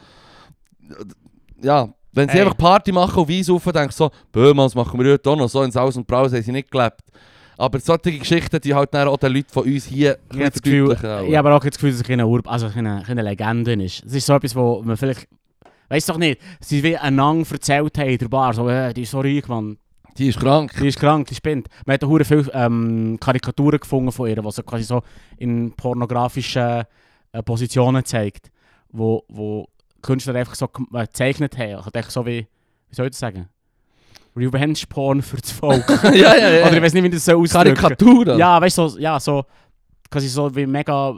Speaker 1: Ja, wenn sie
Speaker 2: Ey.
Speaker 1: einfach Party machen und Wein saufen, denkst du so, «Böhmans machen wir heute auch noch so, in Saus und Braus haben sie nicht gelebt.» Aber solche Geschichten, die halt dann auch den Leuten von uns hier
Speaker 2: Ich habe das Gefühl, ich habe auch das Gefühl, dass es keine, Urb also keine, keine Legende ist. Es ist so etwas, wo man vielleicht... Weiss doch nicht, sie wie einen erzählt haben in der Bar, so, äh, die ist so reich, Mann,
Speaker 1: Die ist krank.
Speaker 2: die ist krank, die spinnt. Man hat auch viele ähm, Karikaturen gefunden von ihr, die sie quasi so in pornografischen äh, Positionen zeigt, wo, wo Künstler einfach so gem- äh, gezeichnet haben. Ich dachte so wie, wie soll ich das sagen? Revenge-Porn für das Volk.
Speaker 1: ja, ja, ja.
Speaker 2: Oder ich weiß nicht, wie das so ausdrücken
Speaker 1: Karikaturen.
Speaker 2: Ja, weißt du, so, ja, so, quasi so wie mega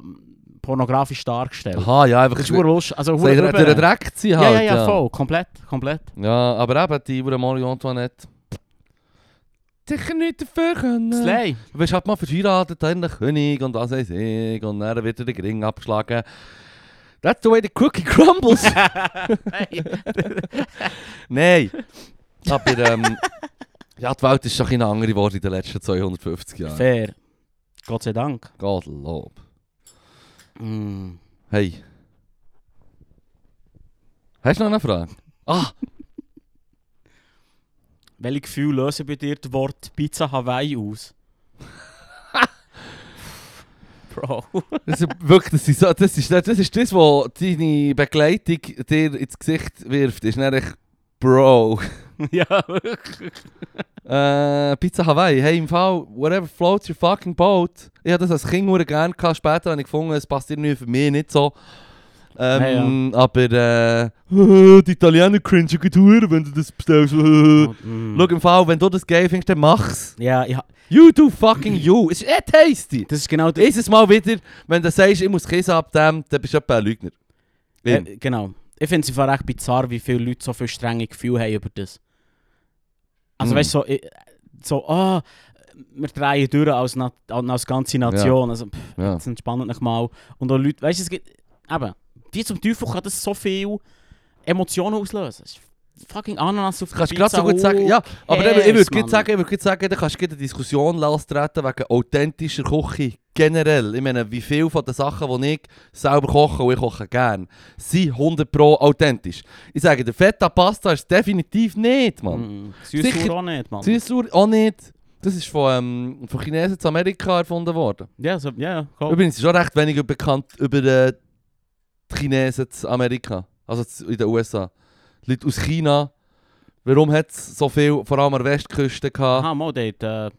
Speaker 2: pornografisch dargestellt.
Speaker 1: Aha, ja, einfach...
Speaker 2: Das ist hure lustig, also
Speaker 1: Sei
Speaker 2: hure
Speaker 1: der, der
Speaker 2: drüber.
Speaker 1: Dreck zu sein
Speaker 2: Ja,
Speaker 1: halt,
Speaker 2: ja, ja, voll, komplett, komplett.
Speaker 1: Ja, aber eben, die Uhr Mario Antoinette. sicher nicht dafür können.
Speaker 2: Slay.
Speaker 1: Du bist halt mal verheiratet, dann der König und was weiß ich. Und dann wird er den Ring abgeschlagen. That's the way the cookie crumbles. Nein. Aber ähm, ja, die Welt ist schon ein bisschen eine andere geworden in den letzten 250 Jahren.
Speaker 2: Fair. Gott sei Dank.
Speaker 1: Gottlob.
Speaker 2: Mm.
Speaker 1: Hey. Hast du noch eine Frage? Ah,
Speaker 2: Welche Gefühle lösen bei dir das Wort Pizza Hawaii aus? Bro.
Speaker 1: das ist wirklich, das ist, so- das, ist, das ist das, was deine Begleitung dir ins Gesicht wirft. Ist nämlich Bro.
Speaker 2: ja, wirklich.
Speaker 1: Äh, Pizza Hawaii, hey im Fall, whatever floats your fucking boat. Ich hatte das als Kind sehr gerne, gehabt. später habe ich gefunden, es passt irgendwie für mich nicht so. Ähm, Aber äh, die Italiener cringen Tour, wenn du das bestellst. Schau im Fall, wenn du das geil findest, dann mach's.
Speaker 2: Mm. Ja, ja,
Speaker 1: You do fucking you. Es ist eh tasty.
Speaker 2: das ist genau das.
Speaker 1: Ist es mal wieder, wenn du sagst, ich muss Käse abdämmen, dann bist du etwa ein Lügner. Bin.
Speaker 2: Äh, genau. Ich finde es im Fall echt bizarr, wie viele Leute so viel strenge Gefühle haben über das. Also
Speaker 1: Mm.
Speaker 2: weißt du, so, ich- so, ah, wir drehen durch als, Na als ganze Nation. Also, pff,
Speaker 1: Ja.
Speaker 2: jetzt entspannen euch mal. Und auch Leute, weißt du, es gibt, eben, wie zum Teufel kann das so viel Emotionen auslösen? Das ist fucking Ananas auf der
Speaker 1: Kannst du gerade so
Speaker 2: Pizza,
Speaker 1: gut sagen,
Speaker 2: who
Speaker 1: ja, aber
Speaker 2: cares,
Speaker 1: eben, ich würde
Speaker 2: Mann?
Speaker 1: gut sagen, ich würde gut sagen, da kannst du gleich eine Diskussion lostreten wegen authentischer Küche generell. Ich meine, wie viel von den Sachen, die ich selber koche und ich koche gerne, sind 100 pro authentisch. Ich sage, der Feta Pasta ist definitiv nicht, Mann.
Speaker 2: Mm, süß
Speaker 1: Sicher-
Speaker 2: Sicher. auch nicht, Mann.
Speaker 1: Süßsauer auch nicht. Das ist von, ähm, von Chinesen zu Amerika erfunden worden.
Speaker 2: Ja, so, ja, ja, komm.
Speaker 1: Übrigens ist auch recht wenig bekannt über äh, die Chinesen zu Amerika, also zu- in den USA. Die Leute aus China, warum hat es so viel, vor allem an der Westküste, gehabt?
Speaker 2: Aha, mal dort äh,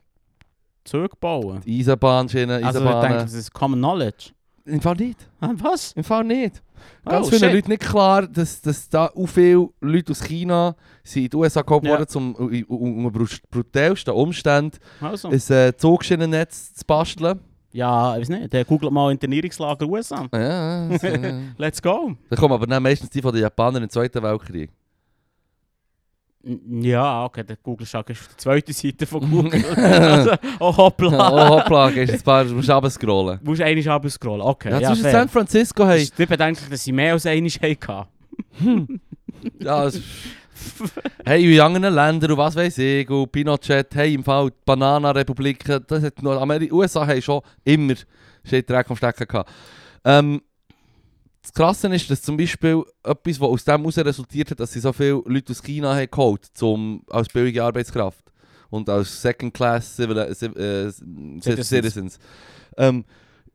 Speaker 2: Zug bauen.
Speaker 1: Die Eisenbahnschienen,
Speaker 2: Also ich denke,
Speaker 1: Eisenbahnen.
Speaker 2: das ist Common Knowledge.
Speaker 1: Im Fall nicht. Ah,
Speaker 2: Ah, was?
Speaker 1: Im Fall nicht. Ganz
Speaker 2: Oh,
Speaker 1: vielen
Speaker 2: shit.
Speaker 1: Leuten nicht klar, dass, dass da auch viele Leute aus China sind in die USA gekommen
Speaker 2: Ja.
Speaker 1: worden, um unter brut- brutalsten Umständen
Speaker 2: Also.
Speaker 1: ein äh, Zugschienennetz zu basteln.
Speaker 2: Ja, ich weiß nicht. Der googelt mal Internierungslager USA.
Speaker 1: Ja, das, äh,
Speaker 2: Let's go.
Speaker 1: da kommen aber dann meistens die von den Japanern im Zweiten Weltkrieg.
Speaker 2: N- Ja, okay, der Google-Schlag ist auf der zweiten Seite von Google. also, oh hoppla.
Speaker 1: oh, hoppla, gehst jetzt paar, musst du runterscrollen.
Speaker 2: Du musst einmal runterscrollen. Okay,
Speaker 1: Ja,
Speaker 2: ja,
Speaker 1: zwischen
Speaker 2: fair. Dus
Speaker 1: San Francisco, hey.
Speaker 2: Es ist nicht bedenklich, dass sie mehr als einmal hatten.
Speaker 1: Ja, es- hey, in anderen Ländern und was weiß ich, und Pinochet, hey, im Fall die Bananenrepubliken, das hat nur Ameri USA haben schon immer steht Dreck am Stecken gehabt. Ähm, das Krasse ist, dass zum Beispiel etwas, was aus dem heraus resultiert hat, dass sie so viele Leute aus China haben geholt zum, als billige Arbeitskraft und als Second-Class Civil, äh, Civ- äh, Citizens.
Speaker 2: Citizens.
Speaker 1: Citizens. Ähm,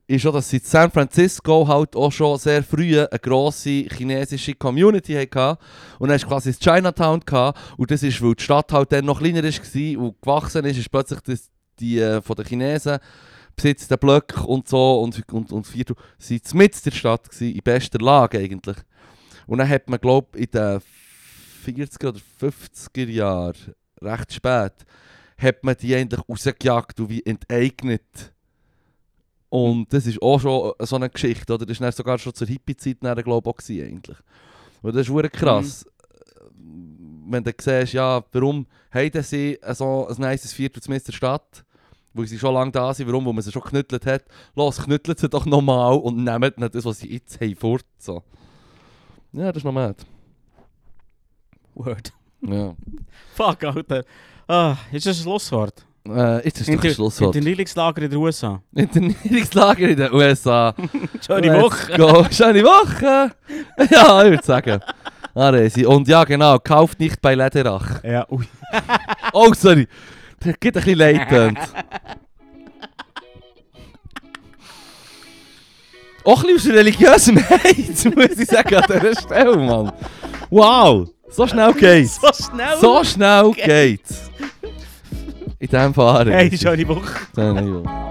Speaker 1: ist schon, dass sie in San Francisco halt auch schon sehr früh eine grosse chinesische Community hatten. Und dann hast du quasi das Chinatown gehabt. Und das ist, weil die Stadt halt dann noch kleiner war und gewachsen ist, ist plötzlich das, die äh, von den Chinesen besitzt den Block und so und, und, und Viertel. Sie waren mitten in der Stadt, gewesen, in bester Lage eigentlich. Und dann hat man, glaube ich, in den 40er oder 50er Jahren, recht spät, hat man die eigentlich rausgejagt und wie enteignet. Und das ist auch schon äh, so eine Geschichte, oder? Das war dann sogar schon zur Hippie-Zeit, nachher, glaube ich, auch gewesen, eigentlich. Und das ist wirklich krass. Äh, Wenn du siehst, ja, warum haben sie so ein nices Viertel zumindest in der Stadt, wo sie schon lange da sind, warum, wo man sie schon geknüttelt hat. Los, knüttelt sie doch nochmal und nehmt nicht das, was sie jetzt haben, fort. So. Ja, das ist noch mad.
Speaker 2: Word.
Speaker 1: Ja.
Speaker 2: Fuck, Alter. Ah, ist das ein Schlusswort?
Speaker 1: Äh, jetzt ist doch
Speaker 2: Inter-
Speaker 1: ein Schlusswort.
Speaker 2: Internierungslager in den USA.
Speaker 1: Internierungslager in den USA.
Speaker 2: Schöne
Speaker 1: Let's
Speaker 2: Woche.
Speaker 1: Go. Schöne Woche! Ja, ich würde sagen. Aresi. Und ja, genau, nou. kauft nicht bei Lederach.
Speaker 2: Ja, ui.
Speaker 1: Oh, sorry. Das geht ein bisschen leitend. Auch ein bisschen aus religiösem Heiz, muss ich sagen, an dieser Stelle, Mann. Wow! So schnell geht's.
Speaker 2: So schnell.
Speaker 1: So schnell geht's. nou, In diesem Fall.
Speaker 2: Hey,
Speaker 1: Aresi.
Speaker 2: schöne Woche.
Speaker 1: Schöne Woche.